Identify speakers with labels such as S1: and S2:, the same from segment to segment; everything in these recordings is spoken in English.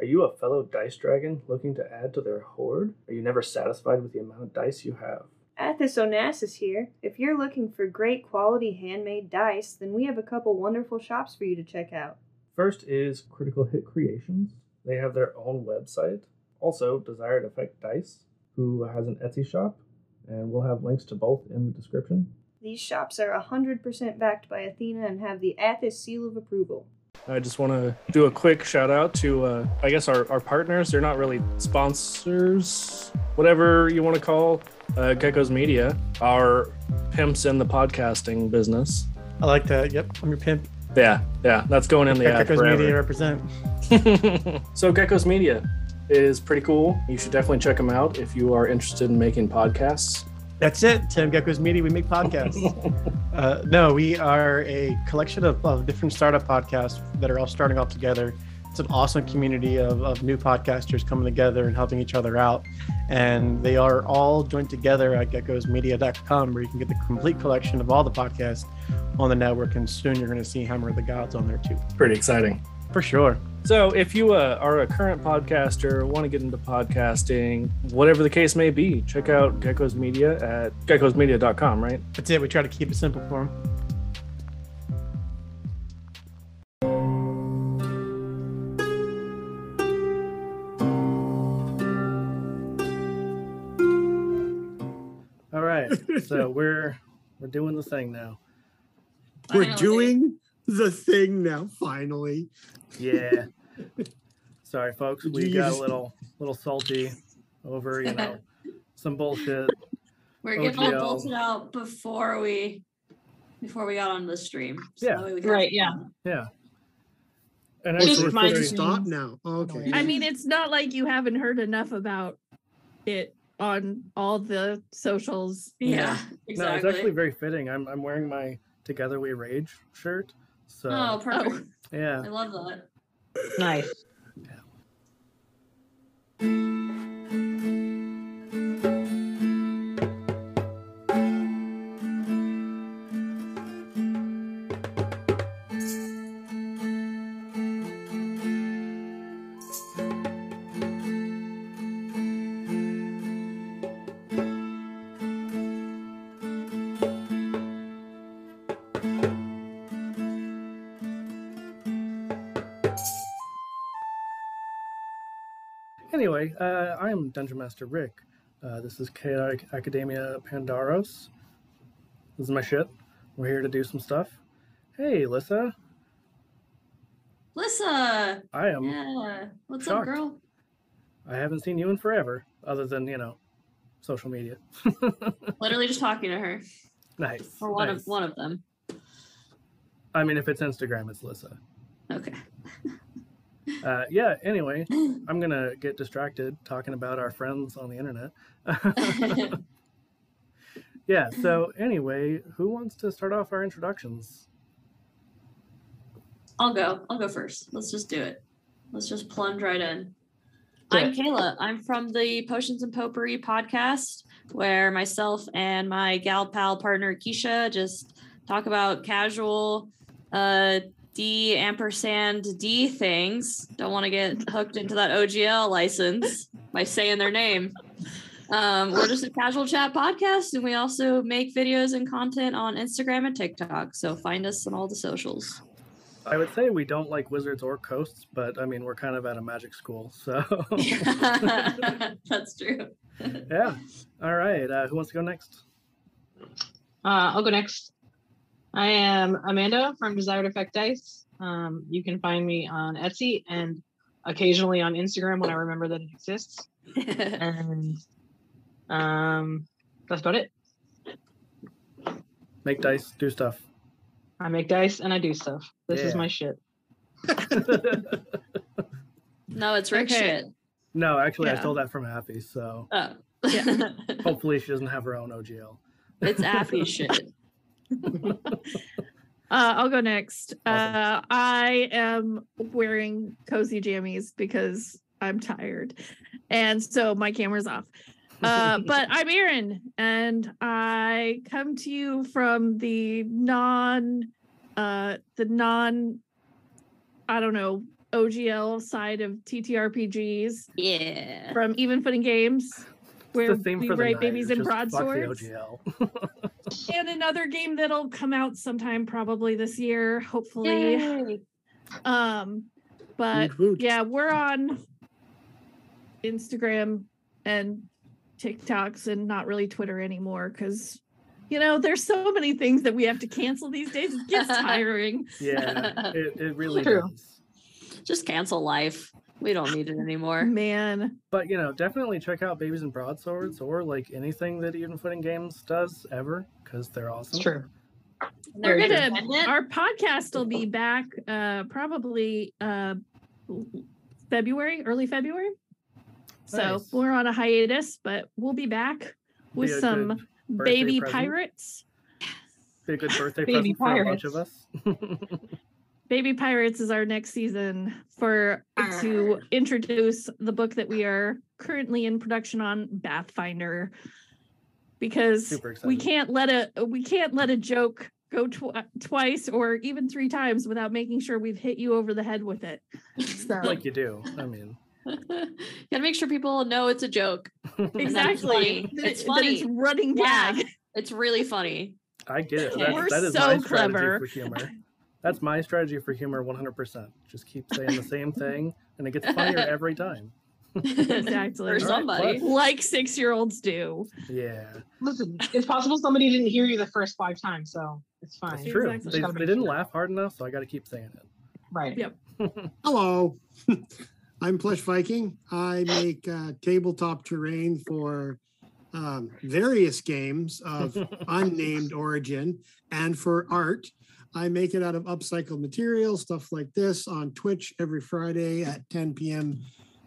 S1: Are you a fellow dice dragon looking to add to their hoard? Are you never satisfied with the amount of dice you have?
S2: Athos Onassis here. If you're looking for great quality handmade dice, then we have a couple wonderful shops for you to check out.
S1: First is Critical Hit Creations. They have their own website. Also, Desired Effect Dice, who has an Etsy shop, and we'll have links to both in the description.
S2: These shops are 100% backed by Athena and have the Athos seal of approval.
S1: I just want to do a quick shout out to, uh, I guess, our, our partners. They're not really sponsors, whatever you want to call uh, Gecko's Media, our pimps in the podcasting business.
S3: I like that. Yep, I'm your pimp.
S1: Yeah, yeah, that's going in the ad
S3: Gecko's
S1: forever.
S3: Media represent.
S1: so geckos media is pretty cool you should definitely check them out if you are interested in making podcasts
S3: That's it, Tim Gecko's Media. We make podcasts. uh, no, we are a collection of, of different startup podcasts that are all starting off together. It's an awesome community of, of new podcasters coming together and helping each other out. And they are all joined together at geckosmedia.com, where you can get the complete collection of all the podcasts on the network. And soon you're going to see Hammer of the Gods on there too.
S1: pretty exciting
S3: For sure.
S1: so if you uh, are a current podcaster want to get into podcasting whatever the case may be check out geckos media at geckosmedia.com right
S3: That's it. We try to keep it simple for them.
S1: all right so we're we're doing the thing now
S4: We're
S5: Finally.
S4: doing the thing now, finally.
S1: yeah sorry folks
S4: we got a
S1: little little salty over
S5: you know,
S1: some bullshit
S5: We're getting all
S1: OGL.
S5: bolted out before we before we got on the stream.
S1: Yeah.
S5: that way we can-
S6: Right, yeah.
S1: yeah and
S6: It is
S4: So we're
S6: my
S4: supposed to
S6: dream.
S4: stop now. Oh, okay.
S6: Yeah.
S7: I mean, it's not like you haven't heard enough about it on all the socials.
S5: Yeah,
S1: No,
S5: exactly.
S1: it's actually very fitting. I'm I'm wearing my Together We Rage shirt. So
S5: oh, perfect.
S1: uh, yeah.
S5: I love that.
S6: Nice.
S1: Anyway, uh, I am Dungeon Master Rick. Uh, this is Chaotic Academia Pandaros. This is my shit. We're here to do some stuff. Hey, Alyssa.
S5: Lissa,
S1: I am.
S5: yeah, what's
S1: shocked.
S5: up, girl?
S1: I haven't seen you in forever, other than you know, social media.
S5: Literally just talking to her
S1: nice.
S5: for one
S1: nice.
S5: of one of them.
S1: I mean, if it's Instagram, it's Alyssa.
S5: Okay.
S1: Uh, yeah. Anyway, I'm gonna get distracted talking about our friends on the internet. Yeah, so anyway, who wants to start off our introductions?
S5: I'll go. I'll go first. Let's just do it. Let's just plunge right in. I'm Kayla. I'm from the Potions and Potpourri podcast, where myself and my gal pal partner Keisha just talk about casual uh, D ampersand D things. Don't want to get hooked into that OGL license by saying their name. Um, we're just a casual chat podcast, and we also make videos and content on Instagram and TikTok. So find us on all the socials.
S1: I would say we don't like wizards or coasts, but I mean, we're kind of at a magic school, so
S5: That's true.
S1: yeah. All right, uh, who wants to go next?
S6: Uh, I'll go next. I am Amanda from Desired Effect Dice. Um, you can find me on Etsy and occasionally on Instagram when I remember that it exists. And um, that's about it.
S1: Make dice, do stuff.
S6: I make dice and I do stuff. This is
S1: Yeah.
S6: my shit.
S5: no, it's Rick
S7: Okay.
S5: shit.
S1: no, actually, I
S7: Yeah.
S1: stole that from Happy, so
S5: Oh.
S7: Yeah.
S1: hopefully she doesn't have her own OGL.
S5: it's Appy shit.
S7: Uh, I'll go next.
S1: Awesome.
S7: Uh, I am wearing cozy jammies because I'm tired. And so my camera's off. Uh, but I'm Erin, and I come to you from the non, uh, the non, I don't know, OGL side of TTRPGs
S5: Yeah.
S7: from Even Footing Games, where
S1: the theme
S7: we
S1: for the
S7: write
S1: night
S7: babies
S1: is
S7: in
S1: just fuck the
S7: broadswords.
S1: OGL.
S7: and another game that'll come out sometime probably this year, hopefully.
S6: Yay.
S7: Um, but
S8: Woot woot.
S7: yeah, we're on Instagram and TikToks and not really Twitter anymore because you know there's so many things that we have to cancel these days. It gets tiring.
S1: Yeah, it, it really
S6: True.
S1: does.
S5: Just cancel life. We don't need it anymore.
S7: Man,
S1: But you know, definitely check out Babies and Broadswords or like anything that Even Footing Games does ever because they're awesome.
S6: It's true.
S7: we're
S6: Very
S7: gonna
S5: independent.
S7: our podcast will be back uh probably uh February, early February. So
S1: Nice.
S7: we're on a hiatus, but we'll be back
S1: Be
S7: with
S1: a
S7: some
S1: good- birthday
S7: baby
S1: present.
S7: pirates.
S1: be a good birthday
S6: Baby
S1: present for a bunch
S6: pirates.
S1: of us.
S7: Baby Pirates is our next season for to introduce the book that we are currently in production on Pathfinder because
S1: Super excited.
S7: we can't let a we can't let a joke go tw- twice or even three times without making sure we've hit you over the head with it. So
S1: like you do. I mean,
S5: Gotta make sure people know it's a joke. And that it's
S7: exactly.
S5: funny.
S7: That
S5: It's
S7: it- that it's
S5: funny.
S7: running
S5: Yeah.
S7: gag.
S5: It's really funny.
S1: I get it.
S5: Okay.
S1: That's,
S5: We're
S1: that is
S7: so
S1: my strategy
S7: clever.
S1: for humor. That's my strategy for humor 100%. Just keep saying the same thing and it gets funnier every time.
S7: Exactly.
S5: For somebody.
S7: Like six year olds do.
S1: Yeah.
S6: Listen, it's possible somebody didn't hear you the first five times, so it's fine.
S1: It's true.
S7: Exactly.
S1: They,
S6: Gotta
S1: they
S6: make
S1: didn't
S6: sure.
S1: laugh hard enough, so I got to keep saying it.
S6: Right.
S7: Yeah.
S8: Hello. I'm Plush Viking. I make uh, tabletop terrain for um, various games of unnamed origin and for art. I make it out of upcycled material, stuff like this on Twitch every Friday at 10 p.m.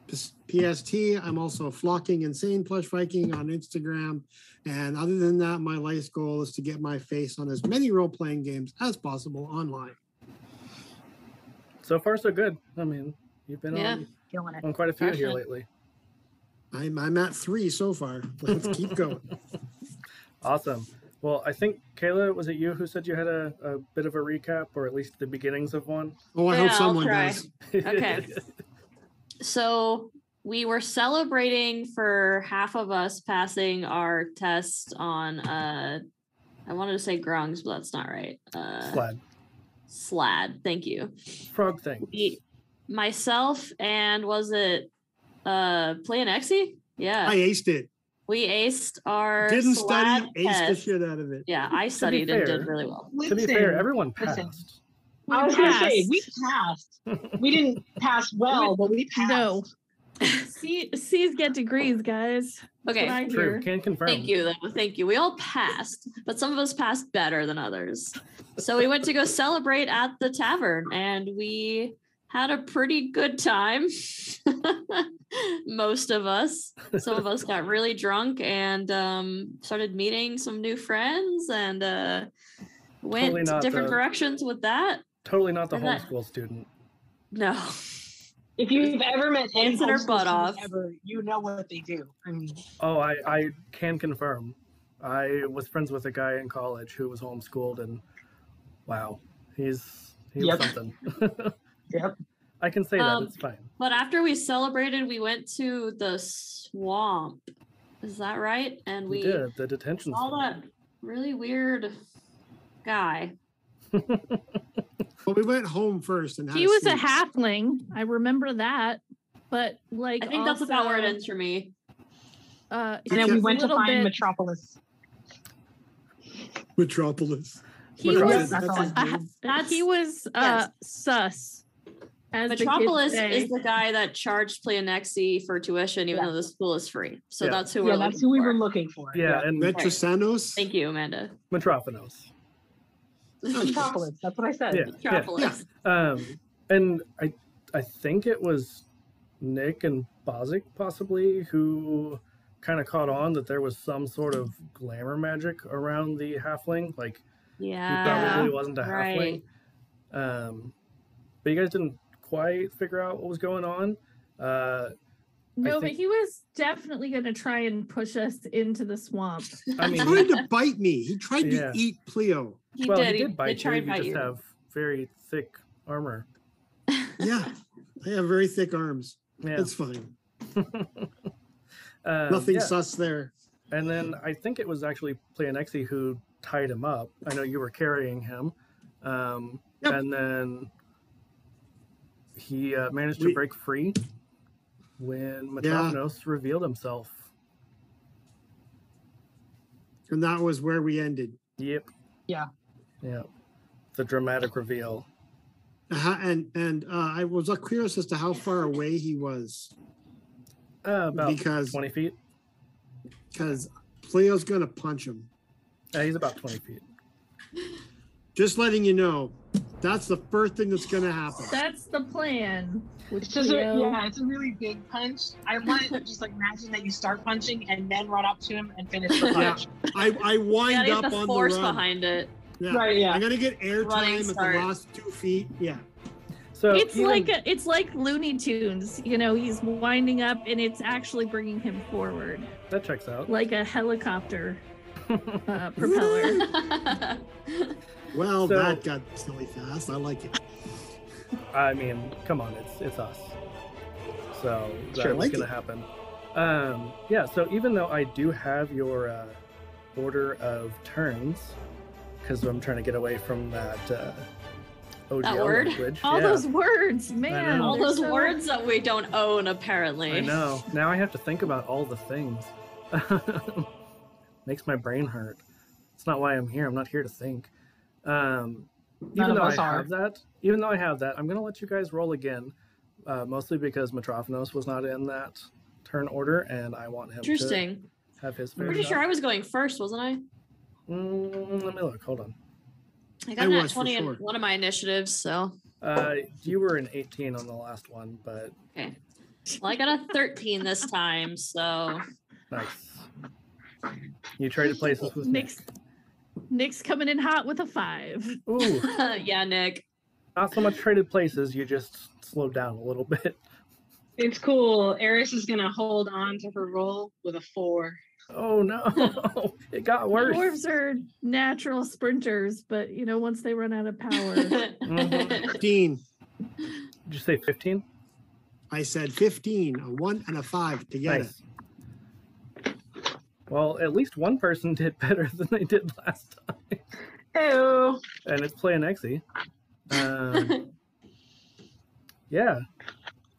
S8: PS- PST. I'm also flocking insane plush Viking on Instagram. And other than that, my life's goal is to get my face on as many role playing games as possible online.
S1: So far, so good. I mean, you've been
S5: Yeah.
S1: on,
S6: Feeling it.
S1: on quite a few here
S5: Excellent.
S1: lately.
S8: I'm, I'm at three so far. Let's keep going.
S1: Awesome. Well, I think Kayla, was it you who said you had a, a bit of a recap, or at least the beginnings of one?
S8: Oh, I
S5: Yeah,
S8: hope
S5: I'll
S8: someone
S5: try.
S8: does.
S5: Okay. so we were celebrating for half of us passing our test on uh I wanted to say grungs, but that's not right. Uh
S1: Slide.
S5: slad. Thank you.
S1: Frog thing.
S5: We, myself and was it uh Planexi? Yeah.
S8: I aced it.
S5: we aced our
S8: Didn't
S5: SLAD
S8: study, aced the
S5: test.
S8: shit out of it.
S5: Yeah, I studied and did
S1: fair-
S5: really well.
S1: To
S6: Listen,
S1: be fair, everyone
S6: listen.
S1: passed.
S7: We
S6: I was going to say,
S7: passed.
S6: we passed. We didn't pass well, but we passed.
S7: No. C- C's get degrees, guys. That's
S5: Okay.
S7: what I
S1: True.
S7: hear.
S1: Can confirm.
S5: Thank you, though. Thank you. We all passed, but some of us passed better than others. So we went to go celebrate at the tavern and we had a pretty good time. Most of us. Some of us got really drunk and um, started meeting some new friends and uh, went
S1: Totally
S5: to
S1: not
S5: different
S1: the-
S5: directions with that.
S1: Totally not the
S5: And that-
S1: homeschool student.
S5: No.
S6: If you've ever met any
S5: Dancing her
S6: homeschool
S5: butt
S6: students
S5: off.
S6: ever, you know what they do. I mean,
S1: Oh, I, I can confirm. I was friends with a guy in college who was homeschooled, and wow, he's he
S6: Yep.
S1: was something.
S6: Yep.
S1: I can say
S5: Um,
S1: that. It's fine.
S5: But after we celebrated, we went to the swamp. Is that right? And
S1: We,
S5: we
S1: did the detention.
S5: all
S1: center.
S5: that really weird guy.
S8: But we went home first and had
S7: He was a
S8: snooze.
S7: halfling. I remember that. But like
S5: I think that's about where it
S7: also,
S5: ends for me.
S7: Uh,
S6: and then we
S7: it's a
S6: went to
S7: little
S6: find
S7: bit-
S6: Metropolis.
S8: Metropolis.
S7: he
S1: Metropolis.
S7: was
S6: That's all.
S7: uh, he was uh sus. as the kids
S5: Metropolis
S7: say.
S5: is the guy that charged Pleonexi for tuition, even
S6: Yeah.
S5: though the school is free. So
S1: Yeah.
S5: that's who we're
S6: Yeah, that's
S5: looking
S6: who we
S5: for.
S6: were looking for.
S1: Yeah, and
S8: Metrosanos.
S5: Thank you, Amanda.
S1: Metrophanos.
S6: Metropolis. That's what I said.
S1: Yeah, yeah.
S5: Metropolis.
S1: Um, and I, I think it was Nick and Bozic possibly who kind of caught on that there was some sort of glamour magic around the halfling. Like he
S5: Yeah.
S1: probably wasn't a halfling. Um, but you guys didn't quite figure out what was going on. Uh,
S7: no,
S1: think-
S7: but he was definitely going to try and push us into the swamp.
S1: I
S8: He
S1: mean,
S8: tried to bite me. He tried
S1: Yeah.
S8: to eat Pleo.
S5: He
S1: well,
S5: did.
S1: he
S5: He
S1: did bite
S5: they
S1: you.
S5: tried
S1: You
S5: bite
S1: just
S5: you.
S1: have very thick armor.
S8: Yeah. I have very thick arms.
S1: Yeah.
S8: It's fine.
S1: um,
S8: Nothing
S1: yeah.
S8: sus there.
S1: And then I think it was actually Pleonexi who tied him up. I know you were carrying him. Um,
S8: Yep.
S1: And then he uh, managed to
S8: We-
S1: break free when Metroponos revealed himself.
S8: And that was where we ended.
S1: Yep.
S6: Yeah.
S1: Yeah. The dramatic reveal.
S8: Uh, ho- And and uh, I was not curious as to how far away he was
S1: Uh, about
S8: because
S1: 20 feet.
S8: because Pleo's gonna punch him.
S1: Uh, he's about 20 feet.
S8: Just letting you know, that's the first thing that's gonna happen.
S7: That's the plan. with
S6: It's just a,
S7: Cleo.
S6: yeah, it's a really big punch. I want to just like imagine that you start punching and then run up to him and finish the
S8: Yeah.
S6: punch.
S8: I I
S5: You
S8: wind
S5: gotta
S8: up
S5: get the
S8: on
S5: force
S8: the run.
S5: behind it.
S8: Yeah.
S6: Right, yeah.
S8: I'm gonna get air
S5: Running
S8: time at the
S5: start.
S8: last two feet. Yeah.
S1: So
S7: it's
S1: even-
S7: like a, it's like Looney Tunes. You know, he's winding up, and it's actually bringing him forward
S1: that checks out.
S7: like a helicopter uh, propeller.
S8: Well,
S1: So-
S8: that got silly fast. I like it.
S1: I mean, come on, it's it's us. So that's
S8: Sure like
S1: going to
S8: it.
S1: happen. Um, yeah. So even though I do have your uh, order of turns, because I'm trying to get away from that uh, OGL
S5: word?
S1: language.
S7: All
S1: yeah,
S7: those words, man!
S1: know.
S5: All
S7: they're
S5: those
S7: so-
S5: words that we don't own, apparently.
S1: I know. Now I have to think about all the things. Makes my brain hurt. It's not why I'm here. I'm not here to think. Um, even
S6: of
S1: though I
S6: us are.
S1: have that, even though I have that, I'm going to let you guys roll again, uh, mostly because Metrofanos was not in that turn order, and I want him
S5: Interesting.
S1: to have his.
S5: I'm
S1: fair
S5: pretty
S1: shot.
S5: sure I was going first, wasn't I?
S1: Mm, let me look. Hold on.
S5: I got
S8: I
S5: an at
S8: was, for
S5: 20 in
S8: sure.
S5: one of my initiatives, so.
S1: Uh, you were an 18 on the last one, but
S5: Well, I got a 13 this time, so.
S1: nice. You traded places with Nick.
S7: Nick's Nick's coming in hot with a five.
S1: Ooh.
S5: yeah, Nick.
S1: not so much traded places. You just slowed down a little bit.
S6: It's cool. Eris is gonna hold on to her roll with a four.
S1: Oh no, it got worse.
S7: Dwarves are natural sprinters, but you know, once they run out of power,
S1: Mhm.
S5: That's
S8: Fifteen.
S1: Did you say fifteen?
S8: I said fifteen. A one and a five together.
S1: Nice. Well, at least one person did better than they did last time,
S6: Oh,
S1: and it's playing Exy. Um, yeah.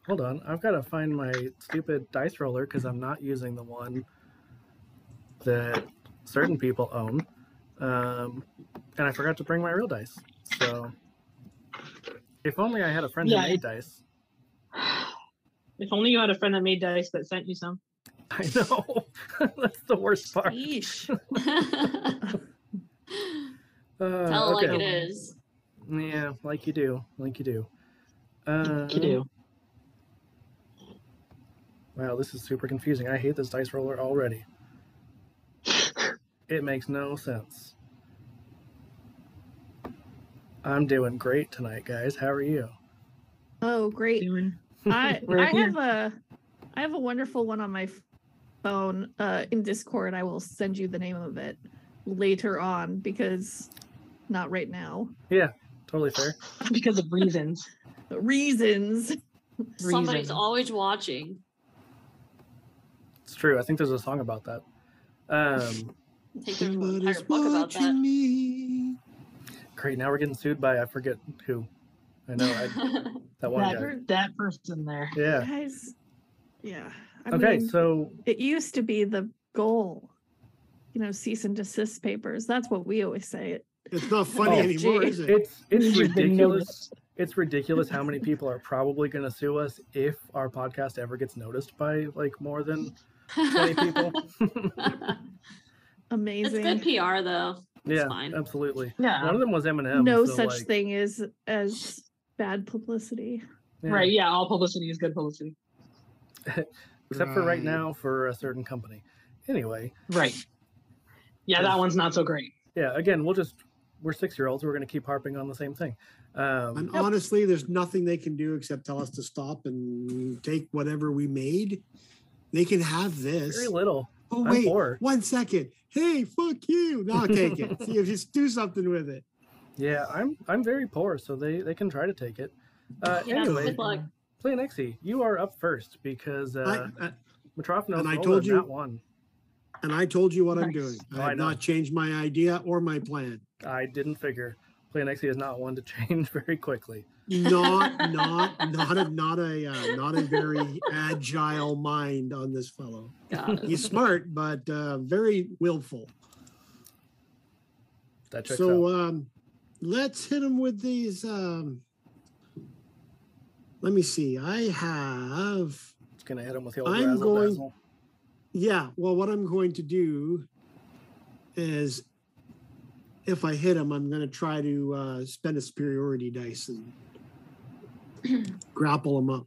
S1: Hold on, I've got to find my stupid dice roller because I'm not using the one that certain people own, um, and I forgot to bring my real dice. So, if only I had a friend
S6: Yeah,
S1: who made
S6: it-
S1: dice.
S6: if only you had a friend that made dice that sent you some.
S1: I know. That's the worst part.
S7: yeesh.
S1: Uh,
S5: Tell it like
S1: okay.
S5: it is.
S1: Yeah, like you do. Like you do. Uh,
S6: You do.
S1: Wow, this is super confusing. I hate this dice roller already. It makes no sense. I'm doing great tonight, guys. How are you?
S7: Oh, great!
S6: Doing.
S7: I
S6: We're
S7: I
S6: here.
S7: have a I have a wonderful one on my phone uh, in Discord. I will send you the name of it later on because not right now.
S1: Totally fair.
S6: because of reasons.
S7: Reasons.
S5: Somebody's
S6: Reason.
S5: always watching.
S1: It's true. I think there's a song about that. Um,
S5: I think there's an entire book about that.
S8: me.
S1: great. Now we're getting sued by I forget who. I know I, that one guy.
S6: That, that person there.
S1: Yeah.
S7: Guys, yeah. I
S1: Okay,
S7: mean,
S1: so
S7: it used to be the goal, you know, cease and desist papers. That's what we always say. It
S8: It's not funny
S1: Oh,
S8: anymore,
S7: gee.
S8: is it?
S1: It's it's
S6: You've been
S1: ridiculous.
S6: noticed.
S1: It's ridiculous how many people are probably going to sue us if our podcast ever gets noticed by like more than 20 people.
S5: it's
S7: amazing.
S5: good PR though.
S1: yeah, um,
S5: fine.
S1: absolutely. One
S6: Yeah.
S1: of them was Eminem.
S7: No
S1: so,
S7: such
S1: like,
S7: thing as as bad publicity.
S1: yeah.
S6: Right. Yeah. All publicity is good publicity.
S1: Except for right
S8: Right.
S1: now for a certain company. Anyway,
S6: Right. Yeah. That one's not so great.
S1: yeah. Again, we'll just we're six year olds. We're going to keep harping on the same thing. Um,
S8: And honestly, there's nothing they can do except tell us to stop and take whatever we made. They can have
S1: very
S8: this.
S1: little.
S8: Oh
S1: I'm
S8: wait,
S1: poor.
S8: one second. Hey, fuck you. Now take it. See if you just do something with it.
S1: Yeah, I'm I'm very poor, so they they can try to take it. Uh,
S5: Yeah,
S1: anyway,
S5: good luck.
S1: Planexi, E. you are up first because uh,
S8: I, I-
S1: Mitrofanov's
S8: and I
S1: older
S8: told
S1: than
S8: you-
S1: that one.
S8: and I told you what I'm
S6: Nice.
S8: doing.
S1: Oh,
S8: I
S1: I
S8: have
S1: know.
S8: not changed my idea or my plan.
S1: I didn't figure. Planexi is not one to change very quickly.
S8: Not, not, not a, not a, uh, not a very agile mind on this fellow.
S5: God.
S8: He's smart, but uh, very willful.
S1: That checks
S8: So
S1: out.
S8: um, let's hit him with these. Um, let me see. I have.
S1: It's gonna hit him with the old
S8: I'm
S1: razzle
S8: going-
S1: dazzle.
S8: Yeah. Well, what I'm going to do is, if I hit him, I'm going to try to uh, spend a superiority dice and grapple him up.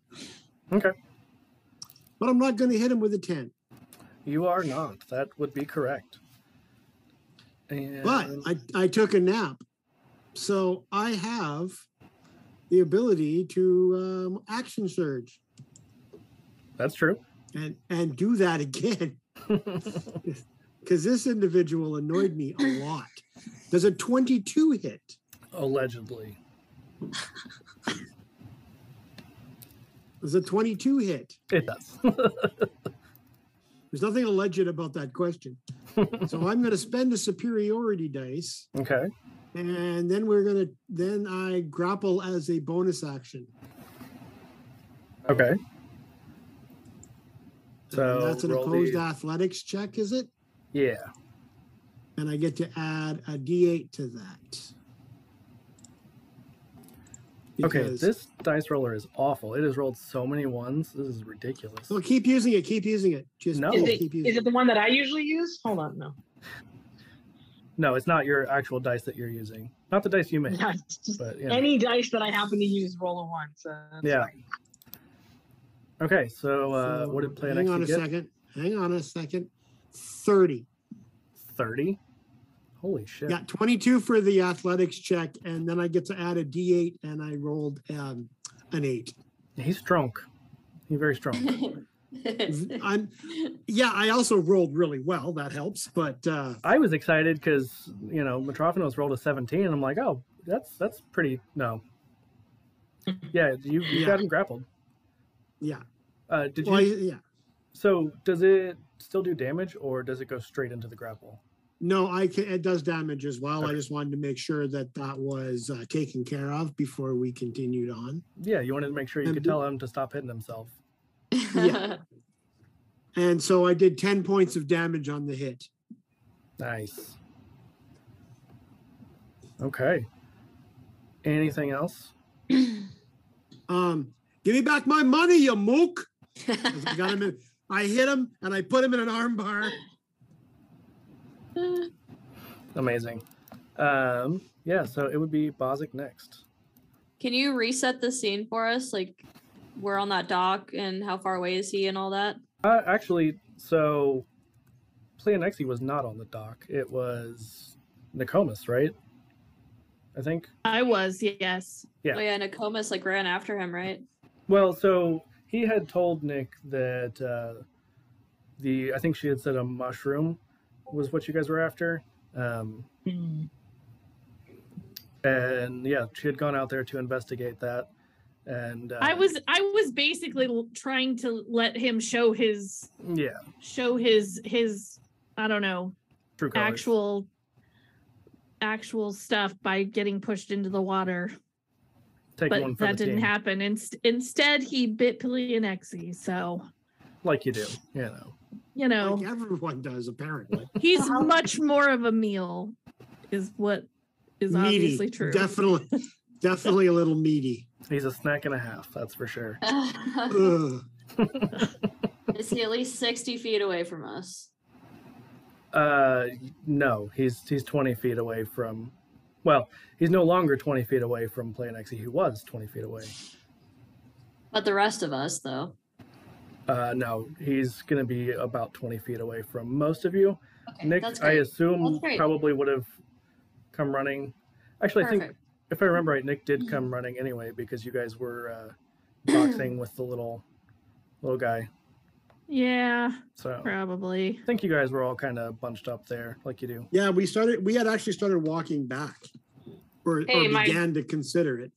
S1: Okay.
S8: But I'm not going to hit him with a ten.
S1: You are not. That would be correct. And
S8: But I, I took a nap. So I have the ability to um, action surge
S1: that's true.
S8: and, and do that again because this individual annoyed me a lot. Does a 22 hit?
S1: Allegedly.
S8: Does a 22 hit?
S1: It does.
S8: There's nothing alleged about that question. so I'm going to spend a superiority dice
S1: okay.
S8: and then we're going to, then I grapple as a bonus action.
S1: Okay.
S8: And
S1: So
S8: that's an
S1: roll
S8: opposed
S1: the-
S8: athletics check, is it?
S1: Yeah.
S8: and I get to add a d8 to that.
S1: Okay.
S8: Because-
S1: This dice roller is awful. It has rolled so many ones. This is ridiculous.
S8: Well, keep using it. Keep using it. Just
S1: No.
S6: Is
S1: Oh,
S6: it
S8: keep using
S6: is it the one that I usually use? Hold on, no.
S1: No, it's not your actual dice that you're using. Not the dice you made,
S6: No, it's just
S1: but yeah.
S6: Any dice that I happen to use, roll a one. So that's
S1: Yeah.
S6: fine.
S1: Okay, so uh, what did
S8: So,
S1: Plan
S8: Hang on
S1: X
S8: a
S1: get?
S8: second. Hang on a second. 30.
S1: Thirty. Holy shit!
S8: Yeah, 22 for the athletics check, and then I get to add a d8, and I rolled um, an eight.
S1: He's strong. He's very strong.
S8: I'm, yeah, I also rolled really well. That helps, but uh,
S1: I was excited because you know Mitrofanos rolled a seventeen, and I'm like, oh, that's that's pretty. No. Yeah, you you
S8: Yeah.
S1: got him grappled.
S8: yeah.
S1: Uh, did
S8: Well,
S1: you?
S8: yeah.
S1: So does it still do damage, or does it go straight into the grapple?
S8: No, I can, it does damage as well. I
S1: Okay.
S8: just wanted to make sure that that was uh, taken care of before we continued on.
S1: Yeah, you wanted to make sure you
S8: Um,
S1: could
S8: do-
S1: tell him to stop hitting himself.
S8: yeah. And so I did 10 points of damage on the hit.
S1: Nice. Okay. Anything else?
S8: Um, give me back my money, you mook. 'Cause I got him in, I hit him and I put him in an armbar.
S1: Amazing. Um, yeah, so it would be Bozic next.
S5: Can you reset the scene for us? Like, we're on that dock, and how far away is he, and all that?
S1: Uh, actually, so Pleonexi was not on the dock. It was Nicomas, right? I think.
S7: I was, yes.
S1: Yeah.
S5: Oh yeah, Nicomas like ran after him, right?
S1: Well, so he had told Nick that uh, the I think she had said a mushroom was what you guys were after. Um,
S6: Hmm.
S1: and yeah, she had gone out there to investigate that. And uh,
S7: I was I was basically l- trying to let him show his
S1: yeah,
S7: show his his I don't know
S1: true colors.
S7: actual actual stuff by getting pushed into the water,
S1: Take
S7: but
S1: for
S7: that
S1: the
S7: didn't
S1: team.
S7: happen. Inst- instead, he bit Plionexi. So
S1: like you do, you know.
S7: you know
S8: Like everyone does, apparently.
S7: he's much more of a meal, is what is
S8: Meaty,
S7: obviously true.
S8: Definitely, definitely a little meaty.
S1: He's a snack and a half, that's for sure.
S8: Ugh.
S5: is he at least sixty feet away from us?
S1: Uh, no, he's he's twenty feet away from. Well, he's no longer twenty feet away from Planexi. He was twenty feet away.
S5: But the rest of us, though.
S1: Uh, no, he's gonna be about twenty feet away from most of you.
S5: Okay, that's
S1: Nick, I
S5: great.
S1: assume
S5: That's great.
S1: probably would have come running. Actually, I think
S5: Perfect.
S1: if I remember right, Nick did come running anyway because you guys were uh, boxing with the little little guy.
S7: yeah,
S1: So
S7: probably.
S1: I think you guys were all kind of bunched up there, like you do.
S8: Yeah, we started, we had actually started walking back or,
S6: Hey,
S8: or
S6: my-
S8: began to consider it.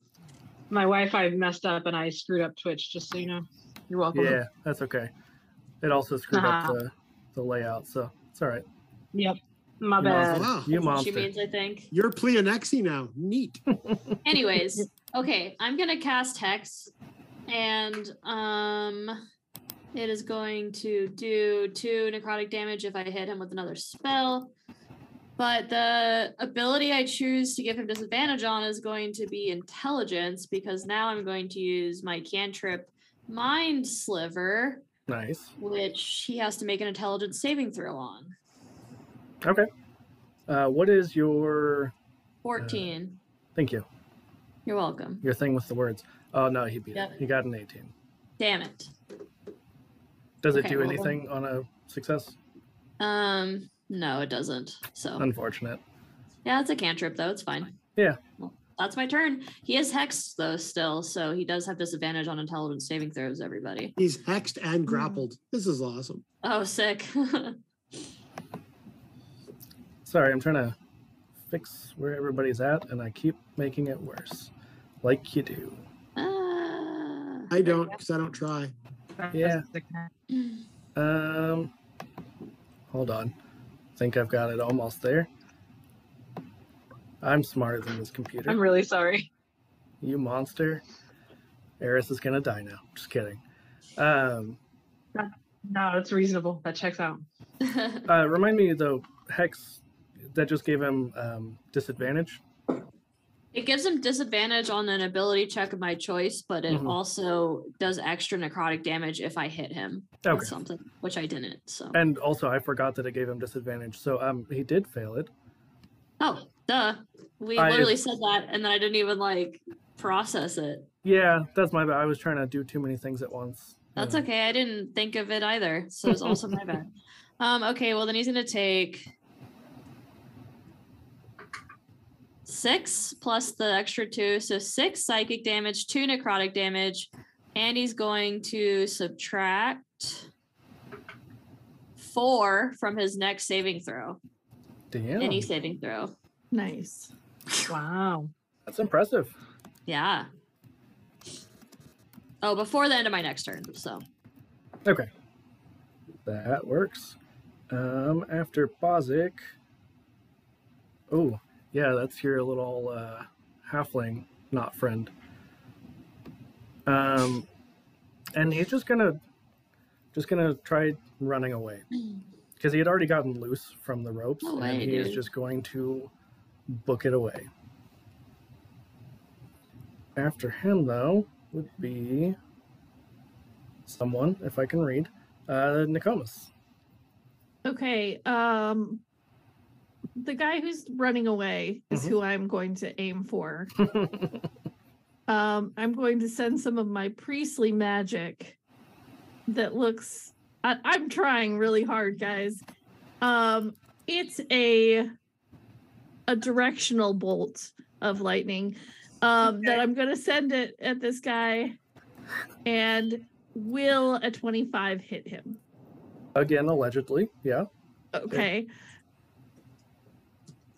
S6: my Wi-Fi messed up and I screwed up Twitch. Just so you know, you're welcome.
S1: Yeah, that's okay. It also screwed
S6: Uh-huh.
S1: up the, the layout, so it's all right.
S6: Yep. My
S1: You
S6: bad.
S8: Wow.
S1: You
S5: That's what she
S1: monster.
S5: means, I think.
S8: You're Pleonexi now. Neat.
S5: Anyways, okay, I'm gonna cast Hex, and um, it is going to do two necrotic damage if I hit him with another spell. But the ability I choose to give him disadvantage on is going to be intelligence because now I'm going to use my cantrip mind sliver,
S1: Nice.
S5: which he has to make an intelligence saving throw on.
S1: Okay. Uh, what is your?
S5: 14.
S1: Thank you.
S5: You're welcome.
S1: Your thing with the words. Oh no, he beat
S5: Yep.
S1: it. He got an eighteen.
S5: Damn it.
S1: Does it
S5: Okay,
S1: do
S5: well-
S1: anything on a success?
S5: Um, no, it doesn't. So
S1: Unfortunate.
S5: Yeah, it's a cantrip though. It's fine.
S1: Um, Yeah.
S5: Well, that's my turn. He is hexed though still, so he does have disadvantage on intelligence saving throws. Everybody.
S8: He's hexed and grappled. This is awesome.
S5: Oh, sick.
S1: Sorry, I'm trying to fix where everybody's at, and I keep making it worse, like you do.
S5: Ah.
S8: I don't because I don't try.
S1: Yeah. Um, hold on. Think I've got it almost there. I'm smarter than this computer.
S6: I'm really sorry.
S1: You monster. Eris is gonna die now. Just kidding. Um,
S6: No, it's reasonable. That checks out.
S1: uh, remind me though, Hex, that just gave him um, disadvantage.
S5: it gives him disadvantage on an ability check of my choice, but it
S1: Mhm.
S5: also does extra necrotic damage if I hit him with
S1: Okay.
S5: something, which I didn't. So.
S1: And also, I forgot that it gave him disadvantage. So um, he did fail it.
S5: oh, duh. We
S1: I-
S5: literally said that, and then I didn't even like process it.
S1: Yeah, that's my bad. I was trying to do too many things at once.
S5: That's
S1: Yeah.
S5: okay. I didn't think of it either. So it's also my bad. Um, okay, well then he's gonna take six plus the extra two. So six psychic damage, two necrotic damage, and he's going to subtract four from his next saving throw.
S1: Damn,
S5: Any saving throw.
S7: Nice.
S6: Wow.
S1: that's impressive.
S5: Yeah. Oh, before the end of my next turn. So
S1: Okay. That works. Um, after Bozic. Oh, yeah, that's your little uh, halfling, not friend. Um, and he's just gonna, just gonna try running away because he had already gotten loose from the ropes,
S5: No
S1: and
S5: way,
S1: he is
S5: dude.
S1: just going to book it away. After him, though, would be someone, if I can read, uh, Nicomas.
S7: Okay. Um the guy who's running away is
S1: Mhm.
S7: who I'm going to aim for. Um I'm going to send some of my priestly magic that looks I, I'm trying really hard, guys. Um it's a a directional bolt of lightning um that I'm going to send it at this guy and will a 25 hit him.
S1: Again, allegedly, yeah.
S7: Okay.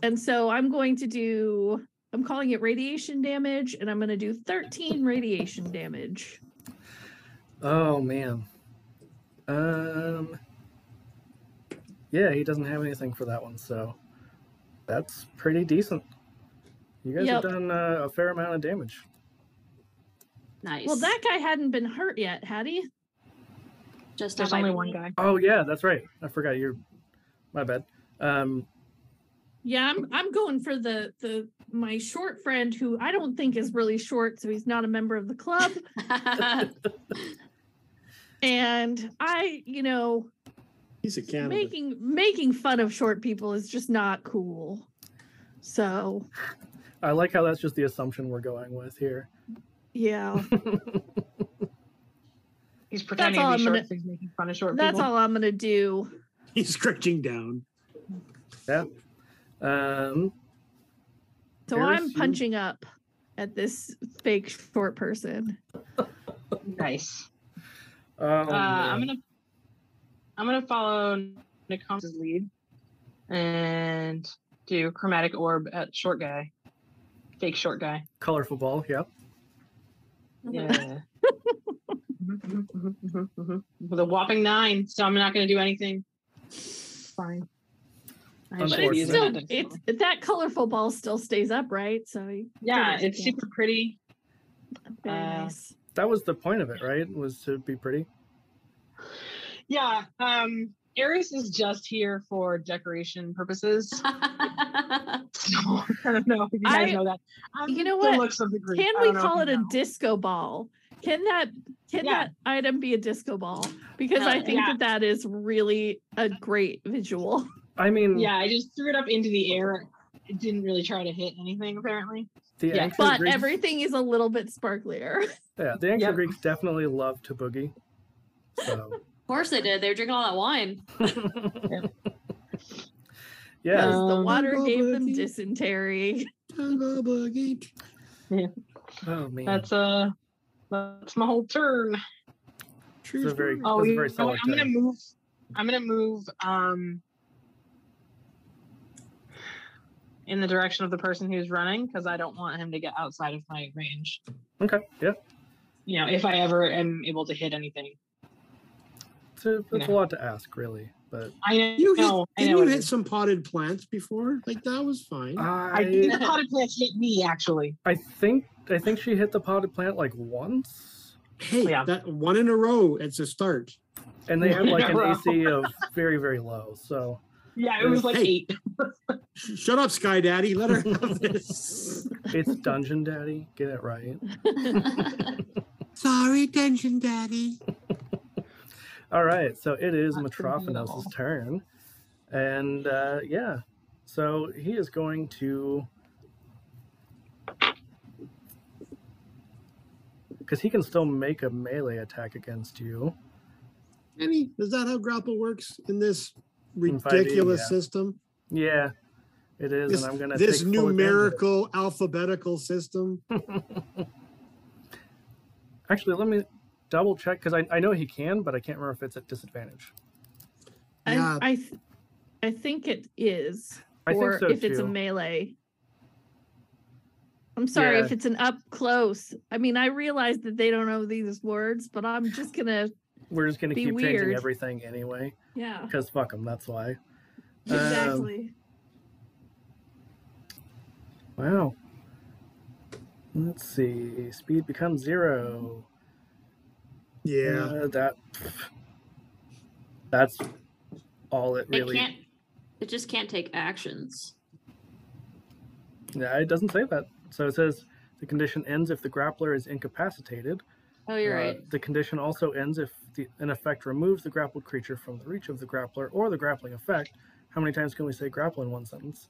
S7: And so I'm going to do, I'm calling it radiation damage, and I'm going to do 13 radiation damage.
S1: Oh man. Um. Yeah, he doesn't have anything for that one, so that's pretty decent. You guys have
S7: Yep.
S1: done uh, a fair amount of damage.
S5: nice.
S7: Well, that guy hadn't been hurt yet, had he?
S5: just
S6: There's
S5: not by
S6: only one
S5: me.
S6: guy.
S1: Oh yeah, that's right. I forgot you're. My bad. Um.
S7: Yeah, I'm I'm going for the the my short friend who I don't think is really short, so he's not a member of the club. and I, you know,
S8: He's a cannibal.
S7: making making fun of short people is just not cool. So
S1: I like how that's just the assumption we're going with here.
S7: yeah,
S6: He's pretending
S7: all
S6: to
S7: I'm
S6: be short.
S7: gonna-
S6: so he's making fun of short
S7: that's
S6: people.
S7: all I'm gonna do.
S8: He's stretching down.
S1: Um.
S7: So
S1: Paris,
S7: I'm
S1: you-
S7: punching up at this fake short person.
S6: Nice.
S1: oh,
S6: uh, I'm
S1: man.
S6: gonna I'm gonna follow Nikom's lead and do chromatic orb at short guy. Fake short guy.
S1: colorful ball. Yeah.
S6: Yeah. Mhm, mhm, mhm, mhm. With a whopping nine, so I'm not going to do anything. Fine. I
S7: But
S6: should
S7: it's
S6: use
S7: still
S1: Unfortunately.
S6: it.
S7: it's that colorful ball still stays up, right? So you-
S6: yeah,
S7: still
S6: it's
S7: looks
S6: super pretty.
S7: very
S6: uh,
S7: nice.
S1: That was the point of it, right? Was to be pretty.
S6: Yeah, um, Iris is just here for decoration purposes. So, I don't know if you guys
S7: I-
S6: know that. Um,
S7: you know
S6: the
S7: what?
S6: looks of the group. I
S7: Can
S6: don't
S7: we
S6: know if
S7: call
S6: you
S7: it a
S6: know.
S7: disco ball? Can that can
S6: Yeah.
S7: that item be a disco ball? Because
S5: Hell
S7: I think
S6: yeah.
S7: that that is really a great visual.
S1: I mean,
S6: Yeah, I just threw it up into the air. It didn't really try to hit anything, apparently.
S1: the
S6: yeah.
S1: ancient
S7: But
S1: Greeks,
S7: everything is a little bit sparklier.
S1: yeah, the ancient
S6: Yep.
S1: Greeks definitely loved to boogie. So,
S5: Of course they did. They were drinking all that wine.
S1: yeah,
S6: Um,
S7: the water gave them
S8: Oh, Bubble tea.
S7: dysentery.
S8: Tango boogie.
S1: oh man,
S6: That's uh that's my whole turn.
S8: True
S1: It's a very-
S8: story.
S6: Oh,
S1: That's
S6: you
S1: a very
S6: know
S1: solid
S6: what? I'm gonna
S1: turn.
S6: move. I'm gonna move. Um, in the direction of the person who's running because I don't want him to get outside of my range.
S1: okay, yeah,
S6: You know, if I ever am able to hit anything,
S1: it's a, it's a
S6: Yeah.
S1: lot to ask, really. But
S6: I
S8: You hit,
S6: know. I
S8: didn't
S6: know.
S8: you
S6: it
S8: hit
S6: is.
S8: some potted plants before? Like that was fine.
S6: I
S1: I,
S6: think the potted plant hit me actually.
S1: I think, I think she hit the potted plant like once,
S8: hey,
S6: yeah.
S8: that one in a row. It's a start.
S1: and they had
S6: Yeah,
S1: like an
S6: bro.
S1: AC of very, very low. So,
S6: Yeah, it was like
S8: Hey.
S6: eight.
S8: Sh- Shut up, Sky Daddy. Let her have this.
S1: it's Dungeon Daddy. Get it right.
S8: Sorry, Dungeon Daddy.
S1: All right, so it is
S6: Not trivial at all.
S1: Metrofanos' turn, and uh, yeah, so he is going to because he can still make a melee attack against you.
S8: Annie, is that how grapple works in this
S1: In 5e,
S8: ridiculous
S1: yeah.
S8: system?
S1: Yeah, it is,
S8: This,
S1: and I'm gonna
S8: this
S1: take full advantage of it.
S8: numerical alphabetical system.
S1: Actually, let me double check because I, I know he can, but I can't remember if it's at disadvantage.
S7: I-
S8: Yeah.
S7: I th- I think it is.
S1: I think
S7: or
S1: so
S7: if it's a
S1: too.
S7: melee. I'm sorry
S1: Yeah.
S7: if it's an up close. I mean, I realize that they don't know these words, but I'm just gonna
S1: We're just gonna
S7: be
S1: keep changing
S7: weird.
S1: everything anyway
S7: yeah.
S1: because fuck them. That's why. Um,
S7: Exactly.
S1: Wow. Let's see. Speed becomes zero.
S8: Yeah.
S1: Uh, that. That's all it
S5: It
S1: really.
S5: can't. It just can't take actions.
S1: yeah, it doesn't say that. So it says the condition ends if the grappler is incapacitated.
S5: Oh, you're
S1: Uh,
S5: right.
S1: The condition also ends if the, an effect removes the grappled creature from the reach of the grappler or the grappling effect. How many times can we say grapple in one sentence?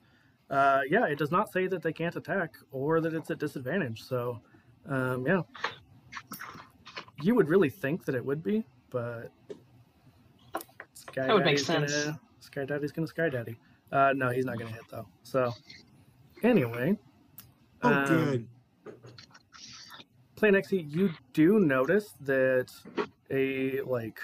S1: Uh, yeah, it does not say that they can't attack or that it's at disadvantage. So, um, yeah. You would really think that it would be, but Sky
S6: That would make
S1: Daddy's gonna-
S6: sense.
S1: Sky Daddy's gonna Sky Daddy. Uh, no, he's not gonna hit though. So, anyway.
S8: Oh,
S1: um,
S8: good.
S1: Planexi, you do notice that a like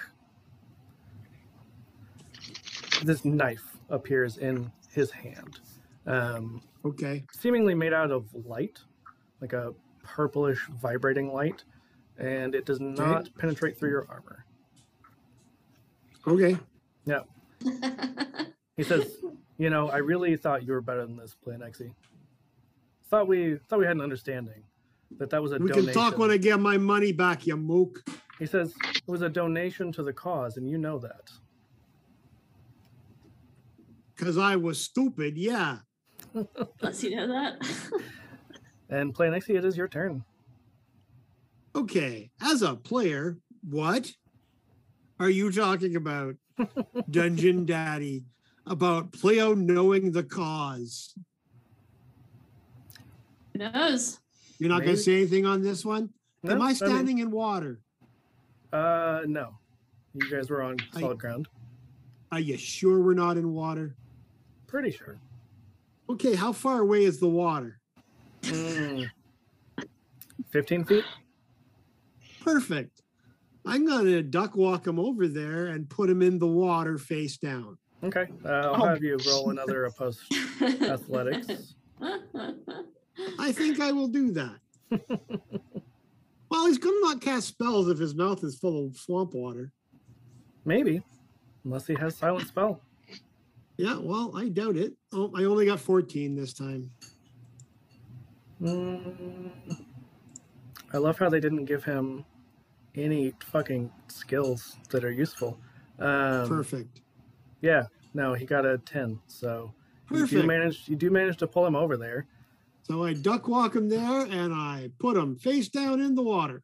S1: this knife appears in his hand, um,
S8: Okay.
S1: seemingly made out of light, like a purplish vibrating light, and it does not penetrate through your armor.
S8: Okay.
S1: He says, "You know, I really thought you were better than this, Planexi. Thought we thought we had an understanding that that was a
S8: We
S1: donation.
S8: can talk when I get my money back, you mook.
S1: He says it was a donation to the cause, and you know that."
S8: Because I was stupid. Yeah.
S5: Unless you know that.
S1: And Planexi, it is your turn.
S8: Okay. As a player, what are you talking about, Dungeon Daddy? About Pleo knowing the cause.
S5: Who knows?
S8: You're not going
S1: Maybe.
S8: to say anything on this one? Am I standing in water?
S1: mean, uh, no. You guys were on
S8: I-
S1: solid ground.
S8: Are you sure we're not in water?
S1: Pretty sure.
S8: Okay, how far away is the water?
S1: Mm. Fifteen feet.
S8: Perfect. I'm going to duck walk him over there and put him in the water face down.
S1: Okay. Uh, I'll
S6: Oh,
S1: have you roll another opposed athletics.
S8: I think I will do that. Well, he's going to not cast spells if his mouth is full of swamp water.
S1: Maybe, unless he has silent spell.
S8: Yeah, well, I doubt it. Oh, I only got 14 this time.
S1: Mm. I love how they didn't give him any fucking skills that are useful. Um,
S8: Perfect.
S1: Yeah, no, he got a ten. So you do
S8: Perfect.
S1: manage. You do manage to pull him over there.
S8: So I duck walk him there and I put him face down in the water,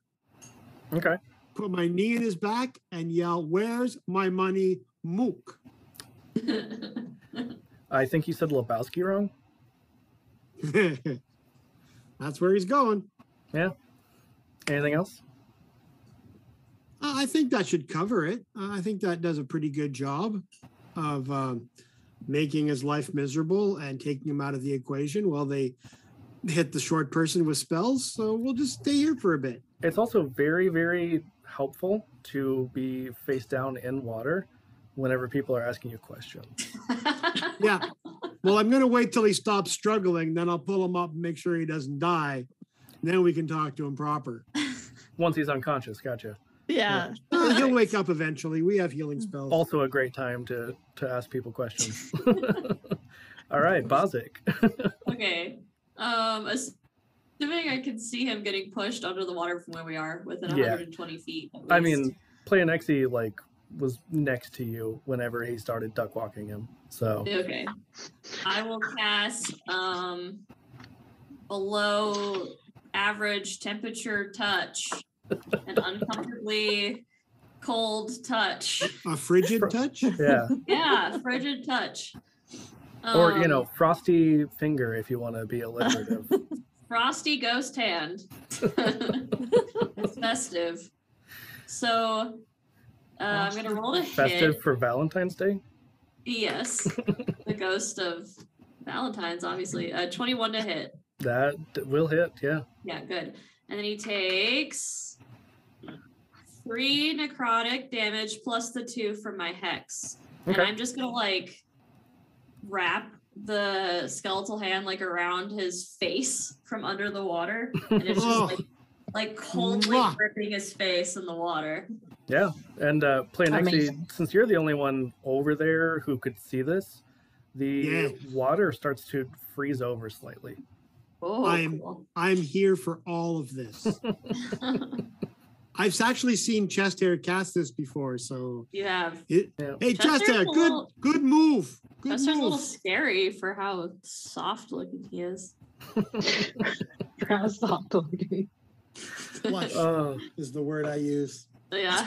S1: Okay.
S8: put my knee in his back and yell, Where's my money, Mook?
S1: I think you said Lebowski wrong.
S8: That's where he's going.
S1: Anything else?
S8: Uh, I think that should cover it. Uh, I think that does a pretty good job of um, making his life miserable and taking him out of the equation while they hit the short person with spells. So we'll just stay here for a bit.
S1: It's also very, very helpful to be face down in water whenever people are asking you questions.
S8: Yeah. Well, I'm going to wait till he stops struggling, then I'll pull him up and make sure he doesn't die. Then we can talk to him proper.
S1: Once he's unconscious, gotcha.
S7: Yeah.
S8: Uh, he'll wake up eventually. We have
S5: Mm.
S8: healing spells.
S1: Also a great time to to ask people questions. All right, Bozic.
S5: okay. Um, assuming I can see him getting pushed under the water from where we are within
S1: Yeah.
S5: 120 feet. at
S1: I
S5: least.
S1: mean, Planexi like was next to you whenever he started duck walking him. So
S5: Okay. I will cast um below average temperature touch an uncomfortably cold touch.
S8: A frigid touch?
S1: yeah,
S5: Yeah, frigid touch.
S1: or you
S5: Um,
S1: know, frosty finger if you want to be alliterative.
S5: frosty ghost hand. it's festive. So uh, I'm gonna roll to hit.
S1: Festive for Valentine's Day.
S5: Yes, the ghost of Valentine's, obviously. Uh, 21 to hit.
S1: That d- will hit. Yeah.
S5: Yeah, good. And then he takes three necrotic damage plus the two from my hex. And
S1: Okay.
S5: I'm just gonna like wrap the skeletal hand like around his face from under the water. And it's just
S8: Oh.
S5: like like coldly
S8: Mwah.
S5: gripping his face in the water.
S1: Yeah, and uh, Planexi,
S6: Amazing.
S1: since you're the only one over there who could see this, the
S8: Yeah.
S1: water starts to freeze over slightly.
S5: Oh
S8: I'm-
S5: cool.
S8: I'm here for all of this. I've actually seen chest hair cast this before, so
S5: you have
S8: it,
S1: Yeah.
S8: hey
S5: Chester's
S8: chest hair,
S5: a
S8: good
S5: little-
S8: good move. Good
S5: Chester's a
S8: move.
S5: little scary for how soft looking he is.
S6: Cross off the looking.
S8: Flush
S1: Oh,
S8: is the word I use.
S5: yeah.